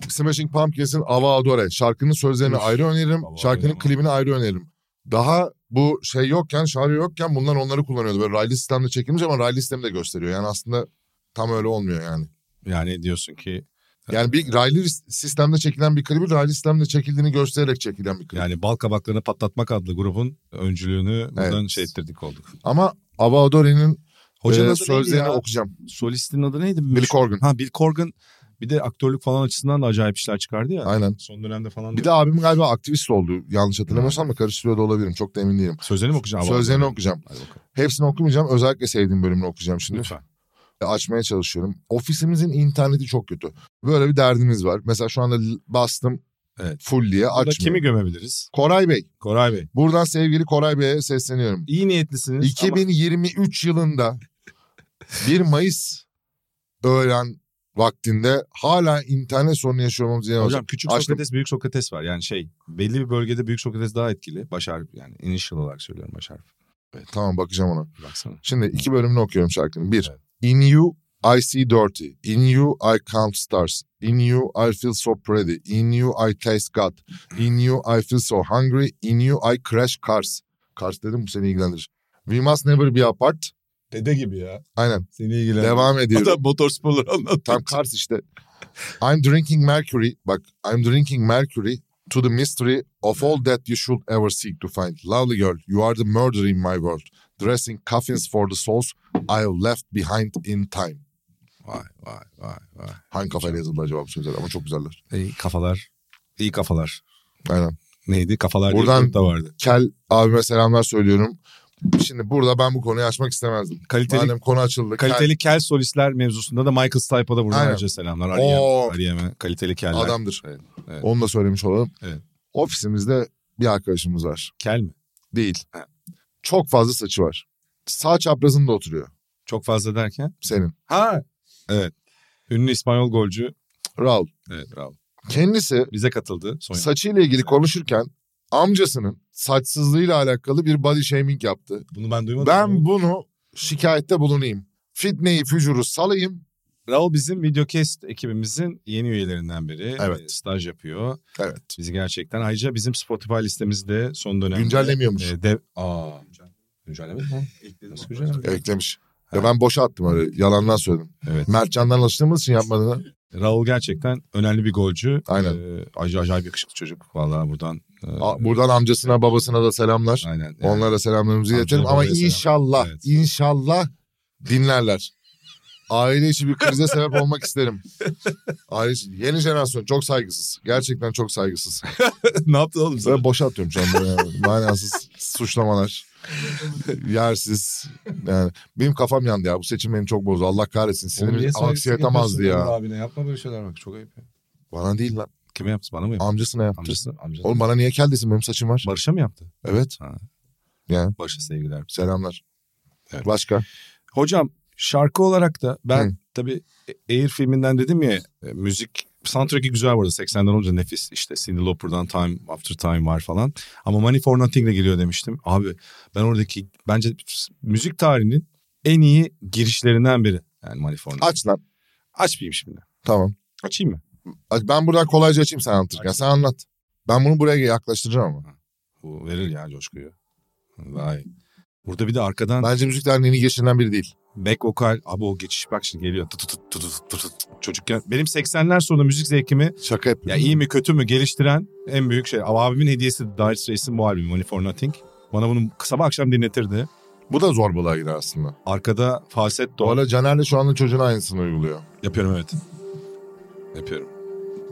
C: Smashing Pumpkins'in Ava Adore. Şarkının sözlerini
B: Üf,
C: ayrı öneririm.
B: Ava
C: şarkının
B: Adore.
C: klibini ayrı öneririm. Daha bu şey yokken, şarkı yokken bunlar onları kullanıyordu. Böyle raylı sistemde çekilmiş ama raylı sistemi de gösteriyor. Yani aslında tam öyle olmuyor yani.
B: Yani diyorsun ki
C: Yani bir raylı sistemde çekilen bir klibi raylı sistemde çekildiğini göstererek çekilen bir klip.
B: yani bal kabaklarını patlatmak adlı grubun öncülüğünü buradan şey ettirdik olduk.
C: Ama Ava Adore'nin
B: Hocanın
C: e,
B: adı
C: sözlerini
B: neydi ya?
C: okuyacağım.
B: Solistin adı neydi?
C: Billy Corgan.
B: Ha Bill Corgan. Bir de aktörlük falan açısından da acayip işler çıkardı ya.
C: Aynen.
B: Son dönemde falan.
C: Bir
B: da-
C: de abim galiba aktivist oldu. Yanlış hatırlamıyorsam da karıştırıyor da olabilirim. Çok da emin değilim.
B: Sözlerini mi okuyacağım?
C: Sözlerini okuyacağım.
B: Hadi bakalım.
C: Hepsini okumayacağım. Özellikle sevdiğim bölümünü okuyacağım şimdi. E,
B: Lütfen.
C: Açmaya çalışıyorum. Ofisimizin interneti çok kötü. Böyle bir derdimiz var. Mesela şu anda l- bastım
B: Evet.
C: full diye
B: Burada
C: açmıyor.
B: kimi gömebiliriz?
C: Koray Bey.
B: Koray Bey.
C: Buradan sevgili Koray Bey'e sesleniyorum.
B: İyi niyetlisiniz.
C: 2023 yılında 1 Mayıs öğlen vaktinde hala internet sorunu yaşıyor olmamız
B: ama...
C: inanılmaz.
B: Hocam küçük
C: Açtım.
B: Sokrates, büyük Sokrates var. Yani şey belli bir bölgede büyük Sokrates daha etkili. Baş harfi yani initial olarak söylüyorum baş harfi.
C: Tamam bakacağım ona.
B: Baksana.
C: Şimdi iki bölümünü okuyorum şarkının. Bir,
B: Evet.
C: In You I See Dirty. In You I Count Stars. In You I Feel So Pretty. In You I Taste God. In You I Feel So Hungry. In You I Crash Cars. Cars dedim bu seni ilgilendirir. We Must Never Be Apart.
B: Dede gibi ya.
C: Aynen.
B: Seni ilgilendiren.
C: Devam ediyorum.
B: motorsporları anlattı.
C: Tam Cars işte. I'm drinking mercury. Bak I'm drinking mercury to the mystery of
B: Hmm.
C: all that you should ever seek to find. Lovely girl, you are the murder in my world. Dressing coffins for the souls I have left behind in time.
B: Vay vay vay vay.
C: Hangi kafayla yazıldı acaba bu sözler ama çok güzeller.
B: İyi kafalar. İyi kafalar.
C: Aynen.
B: Neydi? Kafalar
C: Buradan-
B: Buradan... da vardı.
C: Kel abime selamlar söylüyorum. Şimdi burada ben bu konuyu açmak istemezdim.
B: Kaliteli
C: Madem konu açıldı. Kel
B: kaliteli kel solistler mevzusunda da Michael Stipe'a da buradan
C: Aynen.
B: ayrıca selamlar.
C: Oo.
B: Ariyem, Ariyem'e kaliteli keller.
C: adamdır.
B: Evet, evet.
C: Onu da söylemiş olalım.
B: Evet.
C: Ofisimizde bir arkadaşımız var.
B: Kel mi?
C: Değil.
B: Ha.
C: Çok fazla saçı var. Sağ çaprazında oturuyor.
B: Çok fazla derken.
C: Senin.
B: Ha. Evet. Ünlü İspanyol golcü.
C: Raul.
B: Evet bravo.
C: Kendisi
B: Bize katıldı. Son
C: saçıyla ilgili konuşurken amcasının saçsızlığıyla alakalı bir body shaming yaptı.
B: Bunu ben duymadım.
C: Ben bunu şikayette bulunayım. Fitneyi fücuru salayım.
B: Raul bizim Videocast ekibimizin yeni üyelerinden biri.
C: Evet.
B: E, Staj yapıyor.
C: Evet.
B: Bizi gerçekten. Ayrıca bizim Spotify listemizi de son dönemde...
C: Güncellemiyormuş.
B: E, dev... Aa. Güncelleme mi? Nasıl güncelleme?
C: Eklemiş.
B: Ha.
C: Ya ben boşa attım öyle. Yalandan söyledim.
B: Evet.
C: Mertcan'dan alıştığımız için yapmadığını.
B: Raul gerçekten önemli bir golcü.
C: Aynen.
B: E, acayip, acayip yakışıklı çocuk. Vallahi buradan... e,
C: A- Buradan amcasına babasına da selamlar.
B: Aynen. Yani
C: Onlara selamlarımızı
B: Amcana,
C: iletelim ama
B: babaya selam.
C: inşallah
B: Evet.
C: inşallah dinlerler. Aile içi bir krize sebep olmak isterim. Aile içi, yeni jenerasyon çok saygısız. Gerçekten çok saygısız.
B: ne yaptın oğlum sen?
C: Böyle boşa atıyorum şu anda. Yani. Manasız suçlamalar. Yersiz. Yani benim kafam yandı ya. Bu seçim beni çok bozdu. Allah kahretsin. Sinirim anksiyetem azdı ya.
B: Abine yapma böyle şeyler bak çok ayıp. ya.
C: Bana değil lan.
B: Kime yaptı? Bana mı yaptı?
C: Amcasına yaptı.
B: Amcasına. amcasına.
C: Oğlum bana niye kel desin? Benim saçım var.
B: Barış'a mı yaptı?
C: Evet.
B: Ha.
C: Yani.
B: Barış'a sevgiler.
C: Selamlar.
B: Evet.
C: Başka?
B: Hocam şarkı olarak da ben
C: Hı.
B: tabii Air filminden dedim ya e, müzik soundtrack'i güzel bu arada 80'den olunca nefis işte Cyndi Lauper'dan Time After Time var falan. Ama Money for Nothing'le geliyor demiştim. Abi ben oradaki bence s- müzik tarihinin en iyi girişlerinden biri. Yani Money for Nothing.
C: Aç lan.
B: Açmayayım şimdi.
C: Tamam.
B: Açayım mı?
C: Aç- Ben buradan kolayca açayım sen anlatırken.
B: Aç.
C: Sen anlat. Ben bunu buraya yaklaştıracağım ama.
B: Bu verir ya coşkuyu. Vay. Burada bir de arkadan
C: Bence müzik derneğinin geçirilen biri değil.
B: back vokal. Abi o geçiş bak şimdi geliyor. Tut tut tut tut tut tut tut. Çocukken benim 80'ler sonu müzik zevkimi
C: Şaka yapıyorum.
B: Ya iyi mi kötü mü geliştiren en büyük şey. Ama abimin hediyesi Dire Straits'in bu albümü Money for Nothing. Bana bunu sabah akşam dinletirdi.
C: Bu da zorbalığa girer aslında.
B: Arkada falsetto
C: Bu arada Caner'le şu anda çocuğun aynısını uyguluyor.
B: yapıyorum evet. Yapıyorum.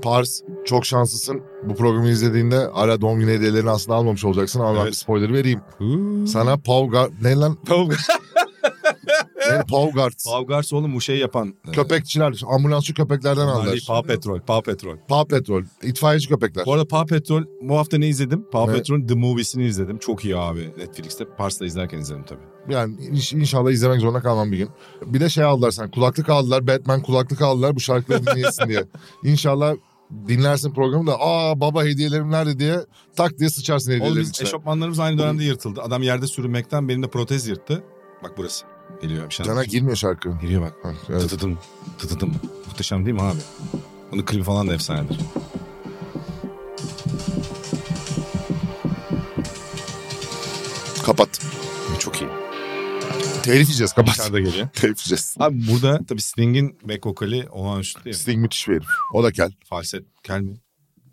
C: Pars çok şanslısın. Bu programı izlediğinde hala doğum günü hediyelerini aslında almamış olacaksın ama ben
B: Evet.
C: bir spoiler vereyim. Sana Paul Gar... Ne lan?
B: Pavgars. Eh!
C: Ne? Paul Guard.
B: Pavgars oğlum bu şey yapan. e,
C: Köpekçiler, ambulansçı köpeklerden
B: bunlar
C: aldılar.
B: değil, Paw Patrol, Paw Patrol.
C: Paw Patrol, itfaiyeci köpekler.
B: Bu arada Paw Patrol bu hafta ne izledim? Paw
C: Evet.
B: Patrol'un The Movie'sini izledim. Çok iyi abi Netflix'te. Pars'ta izlerken izledim tabii.
C: Yani inş- inşallah izlemek zorunda kalmam bir gün. Bir de şey aldılar sen, kulaklık aldılar, Batman kulaklık aldılar bu şarkıları dinleyesin diye. İnşallah dinlersin programı da aa baba hediyelerim nerede diye tak diye sıçarsın
B: Oğlum
C: hediyelerin
B: biz
C: içine.
B: eşofmanlarımız aynı dönemde yırtıldı. Adam yerde sürünmekten benim de protez yırttı. Bak burası. Geliyor bir şey.
C: Cana girmiyor şarkı.
B: Geliyor bak.
C: Ha, evet.
B: Tıtıdım, tıtıdım. Muhteşem değil mi abi? Bunun klibi falan da efsanedir.
C: Kapat.
B: Çok iyi.
C: Telif yiyeceğiz kapat.
B: Dışarıda geliyor.
C: Telif yiyeceğiz.
B: Abi burada tabii Sting'in back vokali olağanüstü değil mi?
C: Sting müthiş bir herif. O da kel.
B: Falset. Kel mi?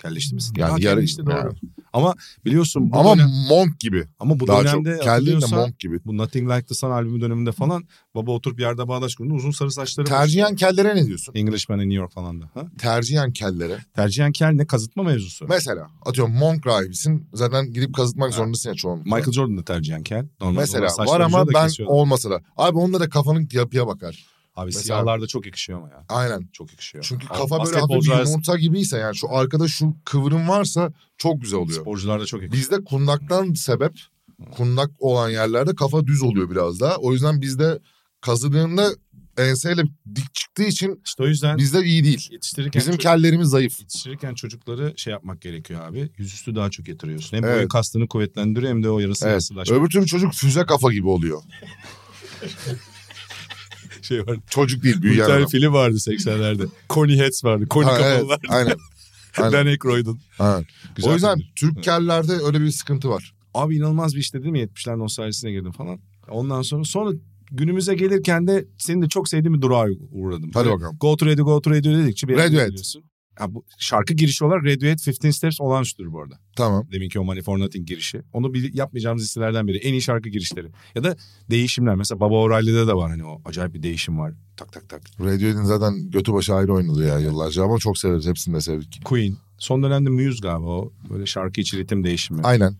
B: Kelleşti mi? Sting?
C: Yani
B: Ha,
C: yarı-
B: kelleşti, doğru.
C: yani.
B: Ama biliyorsun bu
C: Ama
B: dönem-
C: Monk gibi.
B: ama bu
C: Daha çok.
B: dönemde
C: Kel değil de
B: hatırlıyorsan
C: Monk gibi.
B: bu Nothing Like the Sun albümü döneminde falan baba oturup yerde bağdaş kurduğunda uzun sarı saçları var.
C: Tercihen kellere ne diyorsun?
B: Englishman in New York falan da. Ha?
C: Tercihen kellere.
B: Tercihen kel ne? Kazıtma mevzusu.
C: Mesela atıyorum Monk rahibisin. Zaten gidip kazıtmak zorundasın ya çoğunlukla.
B: Michael Jordan da tercihen kel. Normal
C: Mesela
B: olarak
C: var
B: saçları
C: ama
B: ucuna da
C: ben
B: kesiyordu.
C: olmasa da. Abi onda da kafanın yapıya bakar.
B: Abi
C: Mesela-
B: siyahlarda çok yakışıyor ama ya.
C: Aynen.
B: Çok yakışıyor.
C: Çünkü
B: Abi
C: kafa böyle hafif
B: basketbolcular-
C: bir yumurta gibiyse yani şu arkada şu kıvrım varsa çok güzel oluyor.
B: Sporcularda çok yakışıyor.
C: Bizde kundaktan sebep kundak olan yerlerde kafa düz oluyor biraz daha. O yüzden bizde kazıdığında enseyle dik çıktığı için
B: İşte o yüzden
C: bizde iyi değil.
B: yetiştirirken
C: Bizim
B: çocuk-
C: kellerimiz zayıf.
B: yetiştirirken çocukları şey yapmak gerekiyor abi. Yüzüstü daha çok yatırıyorsun. Hem
C: Evet.
B: boyun kastını kuvvetlendiriyor hem de o yarısı
C: Evet.
B: yarısılaşma
C: Öbür türlü çocuk füze kafa gibi oluyor.
B: şey var.
C: Çocuk değil
B: Bir
C: büyüyen
B: tane
C: adam.
B: film vardı 80'lerde. Connie Hetz vardı. Connie
C: Ha, evet,
B: kafalılar.
C: aynen. aynen,
B: Dan Aykroyd'un.
C: aynen.
B: Güzel
C: O yüzden
B: filmdir.
C: Türk kellerde öyle bir sıkıntı var.
B: Abi inanılmaz bir işte değil mi? 70'ler nostaljisine girdim falan. Ondan sonra sonra günümüze gelirken de senin de çok sevdiğin bir durağa uğradım.
C: Hadi
B: Böyle
C: bakalım.
B: Go to Radio, Go to Radio dedikçe bir yere
C: Radiohead.
B: geliyorsun. Ha, bu şarkı girişi olarak Radiohead 15 Steps olağanüstüdür bu arada.
C: Tamam.
B: Deminki o Money for Nothing girişi. Onu bir yapmayacağımız listelerden biri. En iyi şarkı girişleri. Ya da değişimler. Mesela Baba O'Reilly'de de var hani o acayip bir değişim var. Tak tak tak.
C: Radiohead'in zaten götü başı ayrı oynadı ya yıllarca ama çok severiz. Hepsini de sevdik.
B: Queen. Son dönemde Muse galiba o. Böyle şarkı içi ritim değişimi.
C: Aynen.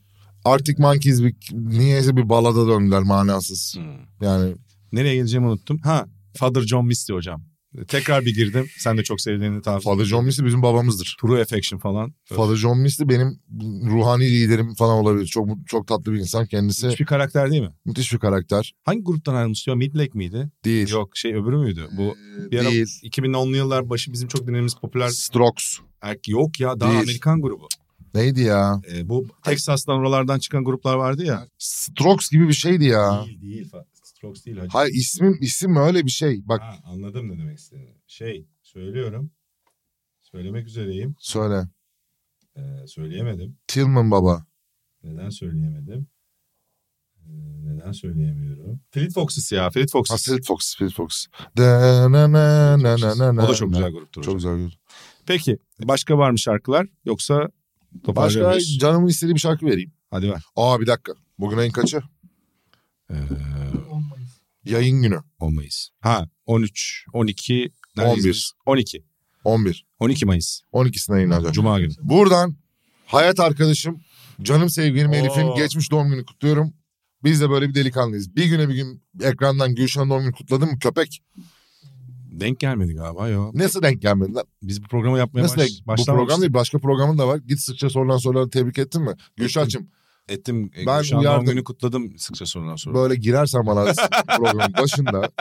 C: Arctic Monkeys bir, niyeyse bir balada döndüler manasız.
B: Hmm.
C: Yani
B: Nereye geleceğimi unuttum. Ha Father John Misty hocam. Tekrar bir girdim. Sen de çok sevdiğini tavsiye
C: Father John Misty bizim babamızdır.
B: True Affection falan.
C: Father John Misty benim ruhani liderim falan olabilir. Çok çok tatlı bir insan kendisi.
B: Hiçbir karakter değil mi?
C: Müthiş bir karakter.
B: Hangi gruptan ayrılmıştı? o? Midlake miydi?
C: Değil. Ee,
B: Yok şey öbürü müydü? Bu bir ara
C: Değil.
B: 2010'lu yıllar başı bizim çok dinlediğimiz popüler.
C: Strokes.
B: Erk- Yok ya daha
C: Değil.
B: Amerikan grubu.
C: Neydi ya?
B: Ee, E, bu Texas'tan oralardan çıkan gruplar vardı ya. Hmm.
C: Strokes gibi bir şeydi ya.
B: Değil değil. fa-
E: Strokes değil hacı.
C: Hayır ismim isim öyle bir şey. Bak
E: Ha, anladım ne demek istediğini. Şey söylüyorum. Söylemek üzereyim.
C: söyle.
E: Ee, söyleyemedim.
C: Tillman baba.
E: Neden söyleyemedim? Ee, neden söyleyemiyorum?
B: Fleet Foxes ya. Fleet
C: Ha,
B: Foxes.
C: Fleet Fox. Fleet Fox. Da, na, na, na, na, na,
B: O da çok
C: na.
B: güzel gruptur.
C: Çok
B: hocam.
C: güzel. grup.
B: Peki başka var mı şarkılar yoksa toparlıyor
C: Başka
B: muyuz?
C: canımın istediği bir şarkı vereyim.
B: Hadi ver.
C: Aa bir dakika. Bugün ayın kaçı? Ee,
D: 10 Mayıs.
C: Yayın günü.
B: 10 Mayıs. Ha 13, 12, neredeyiz
C: 11.
B: biz? 12.
C: 11.
B: 12 Mayıs.
C: 12'sinde yayınlanacak.
B: Cuma günü.
C: Buradan hayat arkadaşım, canım sevgilim
E: Oo.
C: Elif'in geçmiş doğum günü kutluyorum. Biz de böyle bir delikanlıyız. Bir güne bir gün ekrandan Gülşen'in doğum günü kutladın mı köpek?
B: Denk gelmedi galiba ya.
C: Nasıl denk gelmedi lan?
B: Biz bu programı yapmaya
C: Nasıl
B: baş,
C: denk? Bu
B: başlamamıştık.
C: program değil başka programın da var. Git sıkça sorulan soruları tebrik ettin mi? Gülşah'cığım
B: Ettim. E,
C: Ben
B: ben doğum
C: uyardım.
B: günü kutladım sıkça sorulan sonra.
C: böyle girersen bana programın başında.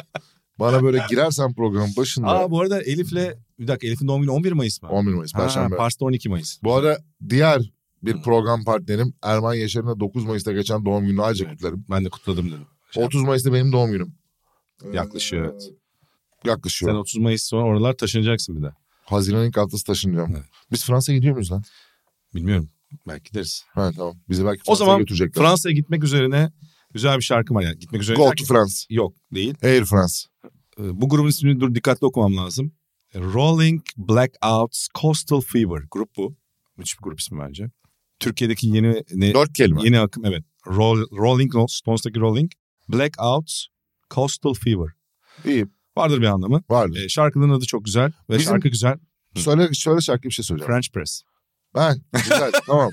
C: Bana böyle girersen programın başında.
B: Aa bu arada Elif'le bir dakika Elif'in doğum günü 11 Mayıs mı?
C: 11 Mayıs
B: Ha,
C: Perşembe.
B: Pars'ta 12 Mayıs.
C: Bu arada diğer bir program partnerim Erman Yaşar'ın da 9 Mayıs'ta geçen doğum gününü ayrıca
B: Evet.
C: kutlarım.
B: Ben de kutladım dedim. Şey,
C: 30 Mayıs'ta benim doğum günüm.
B: Yaklaşıyor, evet.
C: Yaklaşıyor.
B: Sen 30 Mayıs sonra oralar taşınacaksın bir de.
C: Haziran ilk haftası taşınacağım.
B: Evet.
C: Biz Fransa'ya gidiyor muyuz lan?
B: Bilmiyorum. Belki gideriz.
C: Ha tamam. Bizi belki
B: O
C: Fransa'ya
B: zaman
C: götürecekler.
B: Fransa'ya gitmek üzerine güzel bir şarkı var yani. Gitmek üzerine
C: Go to
B: derken-
C: France.
B: Yok değil.
C: Air France.
B: Ee, Bu grubun ismini dur dikkatli okumam lazım. Rolling Blackouts Coastal Fever grup bu. Müthiş bir grup ismi bence. Türkiye'deki yeni ne,
C: Dört kelime.
B: yeni akım evet. Roll, Rolling Stones'taki Rolling Blackouts Coastal Fever.
C: İyi.
B: Vardır bir anlamı.
C: Vardı.
B: Ee, şarkının adı çok güzel ve
C: Bizim-
B: şarkı güzel.
C: Söyle, söyle şarkı bir şey söyleyeceğim.
B: French Press.
C: Ben. Güzel. tamam.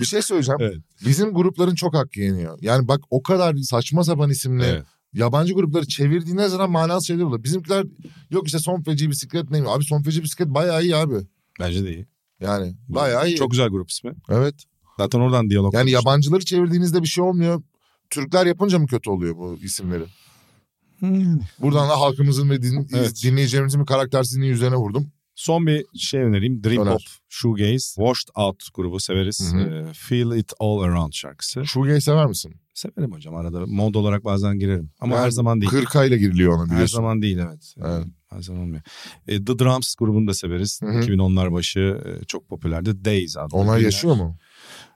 C: Bir şey söyleyeceğim.
B: Evet.
C: Bizim grupların çok hakkı yeniyor. Yani bak o kadar saçma sapan isimli
B: Evet.
C: yabancı grupları çevirdiğine zaman manası şeyler oluyor. Bizimkiler yok işte son feci bisiklet neymiş? Abi son feci bisiklet bayağı iyi abi.
B: Bence de iyi.
C: Yani bayağı iyi.
B: Çok güzel grup ismi.
C: Evet.
B: Zaten oradan diyalog.
C: Yani
B: kurmuşlar.
C: yabancıları çevirdiğinizde bir şey olmuyor. Türkler yapınca mı kötü oluyor bu isimleri?
B: Hmm.
C: Buradan da halkımızın ve din,
B: Evet.
C: dinleyicilerimizin bir karaktersizliğini üzerine vurdum.
B: Son bir şey önereyim. Dream
C: Öner.
B: Pop, Shoegaze, Washed Out grubu severiz.
C: Hı hı.
B: Ee, Feel It All Around şarkısı.
C: Şuge'yi sever misin?
B: Severim hocam arada. Mod olarak bazen girerim. Ama
C: Yani
B: her zaman değil.
C: Kırka ile giriliyor ona
B: Her
C: biliyorsun.
B: zaman değil evet. Ee,
C: Evet.
B: Her zaman olmuyor. Ee, The Drums grubunu da severiz.
C: Hı hı.
B: 2010'lar başı e, çok popülerdi. Days adlı.
C: Onlar
B: bir-
C: yaşıyor mu?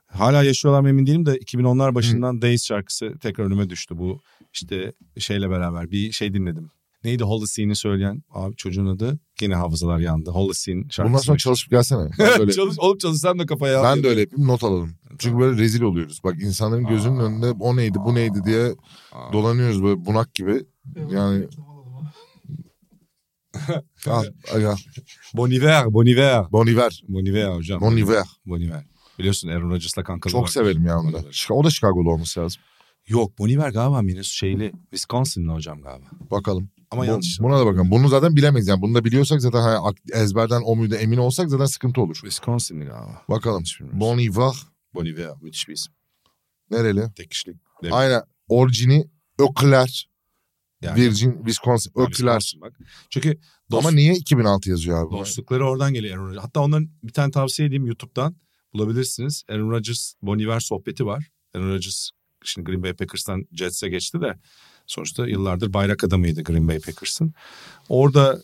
B: Hala yaşıyorlar mı emin değilim de 2010'lar başından Days şarkısı tekrar önüme düştü. Bu işte şeyle beraber bir şey dinledim. Neydi Holocene söyleyen abi çocuğun adı? Yine hafızalar yandı. Holocene şarkısı.
C: Bundan sonra çalışıp gelsene. Ben de öyle,
B: Çalış, olup çalışsam da kafaya
C: ben de öyle yapayım not alalım. Çünkü böyle rezil oluyoruz. Bak insanların gözünün
B: Aa.
C: önünde o neydi bu neydi diye
B: Aa.
C: dolanıyoruz böyle bunak gibi.
D: Evet,
C: Yani-
D: reklam alalım ha.
C: Al, al, al.
B: Bon Iver, Bon Iver.
C: Bon Iver.
B: Bon Iver hocam.
C: Bon Iver.
B: Bon Iver. Biliyorsun Aaron Rodgers'la kankalı
C: Çok
B: varmış.
C: severim ya onu da.
B: Bon Iver.
C: Şika- O da Chicago'lu olması lazım.
B: Yok Bon Iver galiba Minnesota şeyli. Wisconsin'lı hocam galiba.
C: Bakalım.
B: Ama
C: Bu-
B: yanlış.
C: Buna da bakalım. Bunu zaten bilemeyiz. Yani bunu da biliyorsak zaten hani ak- ezberden o muydu emin olsak zaten sıkıntı olur.
B: Wisconsin'lı galiba.
C: Bakalım.
B: Hiç bilmiyorum.
C: Bon Iver.
B: Bon Iver müthiş bir isim.
C: Nereli?
B: Tek kişilik. Evet.
C: Aynen. Orijini Ökler.
B: Yani-
C: Virgin, Wisconsin.
B: Yani
C: Ökler.
B: Wisconsin Bak. Çünkü dost,
C: Ama niye 2006 yazıyor abi?
B: dostlukları oradan geliyor Aaron Rodgers. Hatta onların bir tane tavsiye edeyim YouTube'dan bulabilirsiniz. Aaron Rodgers, Bon Iver sohbeti var. Aaron Rodgers şimdi Green Bay Packers'tan Jets'e geçti de sonuçta yıllardır bayrak adamıydı Green Bay Packers'ın. Orada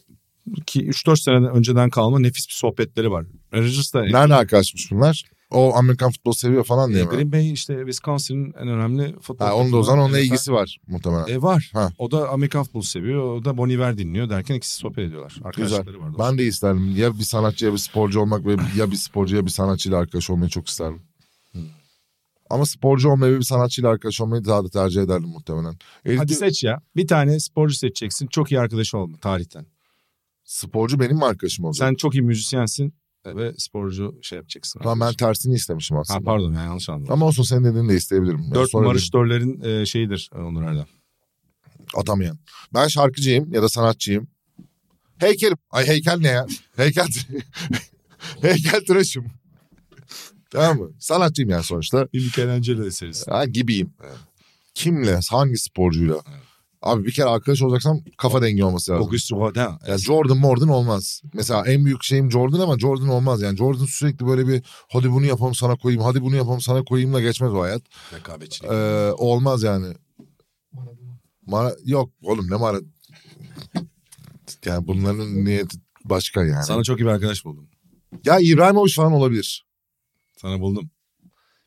B: ki 3-4 sene önceden kalma nefis bir sohbetleri var. Aaron Rodgers da
C: Nerede arkadaşmış bunlar? O Amerikan futbolu seviyor falan diye mi?
B: Green Bay işte Wisconsin'in en önemli futbol.
C: Ha, onun da o zaman onunla ilgisi var muhtemelen.
B: E var.
C: Ha.
B: O da Amerikan futbolu seviyor. O da Bon Iver dinliyor derken ikisi sohbet ediyorlar. Arkadaşları var. dostlar.
C: Ben de isterdim. Ya bir sanatçı ya bir sporcu olmak ve ya bir sporcu ya bir sanatçıyla arkadaş olmayı çok isterdim. Ama sporcu olmayı ve bir sanatçıyla arkadaş olmayı daha da tercih ederdim muhtemelen. Elif
B: Hadi
C: diyor-
B: seç ya. Bir tane sporcu seçeceksin. Çok iyi arkadaşı olma tarihten.
C: Sporcu benim mi arkadaşım olacak?
B: Sen çok iyi müzisyensin e, ve sporcu şey yapacaksın.
C: Tamam ben tersini istemişim
B: Ha
C: aslında.
B: pardon ya yanlış anladım.
C: Ama olsun senin dediğini de isteyebilirim. Yani
B: Dört
C: sonra
B: numara
C: bir-
B: şütörlerin e, şeyidir e, Onur Erdem.
C: atamayan. Ben şarkıcıyım ya da sanatçıyım. Heykelim. Ay heykel ne ya? Heykel. heykel tıraşım. tamam mı? Sanatçıyım yani sonuçta.
B: Bir Michelangelo eseriz.
C: Ha, gibiyim. Kimle? Hangi sporcuyla? Abi bir kere arkadaş olacaksam kafa dengi olması lazım.
B: Auguste Rodin.
C: Ya Jordan Morden olmaz. Mesela en büyük şeyim Jordan ama Jordan olmaz. Yani Jordan sürekli böyle bir hadi bunu yapalım sana koyayım, hadi bunu yapalım sana koyayımla geçmez o hayat.
B: Rekabetçilik.
C: Ee, olmaz yani.
D: Maradona.
C: Mara yok oğlum ne mara. yani bunların niyeti başka yani.
B: Sana çok iyi bir arkadaş buldum.
C: Ya İbrahimovic falan olabilir.
B: Sana buldum.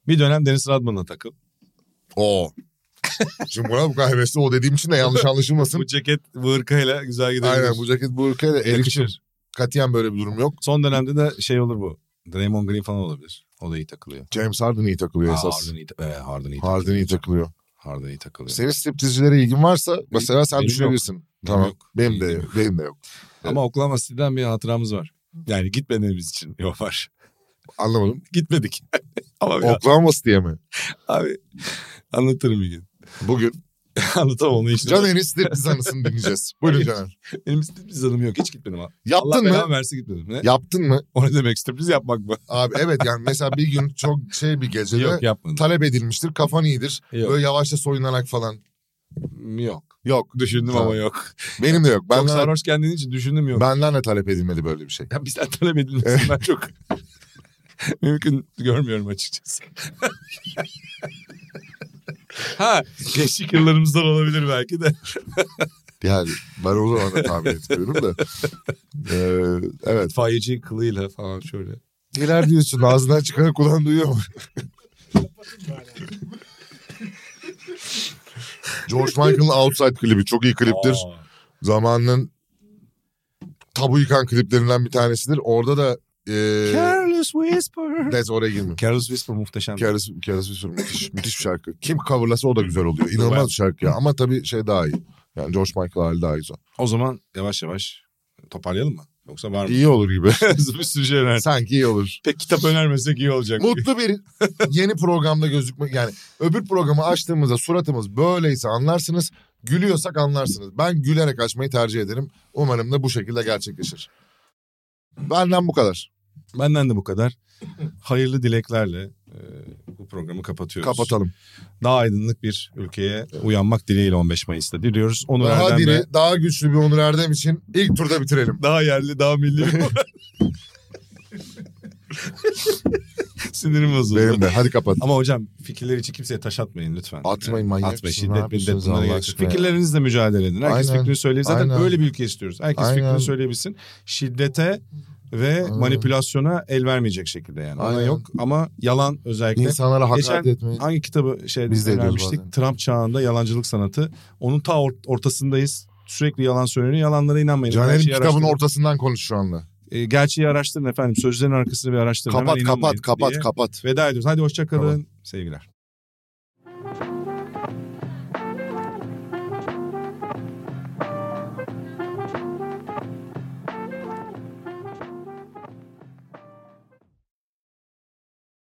B: Bir dönem Deniz Radman'la takıl.
C: Oo. Şimdi buna bu kadar hevesli o dediğim için de yanlış anlaşılmasın.
B: Bu ceket bu hırkayla güzel gider.
C: Aynen bu ceket bu ülkede erişim. Katiyen böyle bir durum yok.
B: Son dönemde de şey olur bu. Draymond Green falan olabilir. O da iyi takılıyor.
C: James Harden iyi takılıyor
B: Aa,
C: esas.
B: Harden iyi, ta- evet, Harden iyi
C: Harden
B: takılıyor.
C: iyi takılıyor.
B: Harden iyi takılıyor.
C: Senin striptizcilere ilgin varsa mesela sen
B: Benim yok.
C: düşünebilirsin. tamam.
B: yok.
C: Benim de yok. Benim de yok.
B: Ama Oklahoma City'den bir hatıramız var. Yani gitmediğimiz için yok var.
C: Anlamadım.
B: Gitmedik. Ama ya,
C: Oklahoma diye mi?
B: abi anlatırım bir gün.
C: Bugün
B: Anlatamam onu hiç.
C: Caner'in striptiz anısını dinleyeceğiz. Buyurun
B: Hayır.
C: Caner.
B: Benim striptiz anım yok. Hiç gitmedim abi. Allah
C: Yaptın mı?
B: belamı verse gitmedim. Ne?
C: Yaptın mı?
B: O ne demek striptiz yapmak mı?
C: Abi evet yani mesela bir gün çok şey bir gecede
B: Yok yapmadım.
C: talep edilmiştir. Kafan iyidir.
B: Yok.
C: Böyle yavaşça soyunarak falan.
B: yok.
C: Yok.
B: Düşündüm
C: Tamam.
B: ama yok.
C: Benim de yok.
B: çok
C: Benden,
B: sarhoş kendin için düşündüm yok.
C: benden de talep edilmedi böyle bir şey.
B: Ya bizden talep edilmesinden çok mümkün görmüyorum açıkçası. ha gençlik yıllarımızdan olabilir belki de.
C: Yani ben o zaman da tahmin etmiyorum da. Ee, evet.
B: Faiyeci kılıyla falan şöyle.
C: Neler diyorsun? Ağzından çıkanı kulağın duyuyor mu? George Michael'ın Outside klibi çok iyi kliptir.
E: Aa,
C: Zamanının tabu yıkan kliplerinden bir tanesidir. Orada da e, eee
B: Careless Whisper.
C: neyse oraya girmeyeyim.
B: Careless Whisper muhteşem.
C: Keres, Keres Whisper müthiş, müthiş bir şarkı. Kim coverlasa o da güzel oluyor. İnanılmaz bir şarkı ya. Ama tabii şey daha iyi. Yani George Michael hali daha güzel.
B: O zaman yavaş yavaş toparlayalım mı? Yoksa var mı?
C: İyi olur gibi.
B: bir sürü şey öner.
C: Sanki iyi olur.
B: Pek kitap önermesek iyi olacak.
C: Mutlu bir yeni programda gözükmek yani öbür programı açtığımızda suratımız böyleyse anlarsınız. Gülüyorsak anlarsınız. Ben gülerek açmayı tercih ederim. Umarım da bu şekilde gerçekleşir. Benden bu kadar.
B: Benden de bu kadar. Hayırlı dileklerle e, bu programı kapatıyoruz.
C: Kapatalım.
B: Daha aydınlık bir ülkeye uyanmak dileğiyle 15 Mayıs'ta diliyoruz. Onur
C: Daha
B: Erdem'le
C: diri, daha güçlü bir Onur Erdem için ilk turda bitirelim.
B: daha yerli, daha milli bir Sinirim bozuldu.
C: Benim de. Hadi kapat.
B: Ama hocam fikirler için kimseye taş atmayın lütfen.
C: Atmayın manyak
B: Atma
C: mısın? Ne
B: şiddet
C: yapıyorsunuz
B: millet bunlara
C: Allah
B: gerek yok.
C: aşkına ya?
B: Fikirlerinizle mücadele edin. Herkes
C: Aynen.
B: fikrini söyleyebilir. Zaten
C: Aynen.
B: böyle bir ülke istiyoruz. Herkes
C: Aynen.
B: fikrini söyleyebilsin. Şiddete ve
C: Aynen.
B: manipülasyona el vermeyecek şekilde yani. Ona
C: Aynen.
B: yok ama yalan özellikle.
C: İnsanlara hakaret
B: Geçen-
C: etmeyin.
B: Hangi kitabı şey
C: Biz de ediyoruz bazen.
B: önermiştik? Trump çağında yalancılık sanatı. Onun ta or- ortasındayız. Sürekli yalan söyleniyor. Yalanlara inanmayın.
C: Caner'in
B: Gerçeği
C: kitabın
B: araştırın.
C: ortasından konuş şu anda.
B: E, gerçeği araştırın efendim. Sözlerin arkasını bir araştırın. Hemen
C: Kapat
B: inanmayın
C: kapat kapat
B: diye
C: kapat.
B: Veda ediyoruz. Hadi hoşçakalın.
C: Tamam.
B: Sevgiler.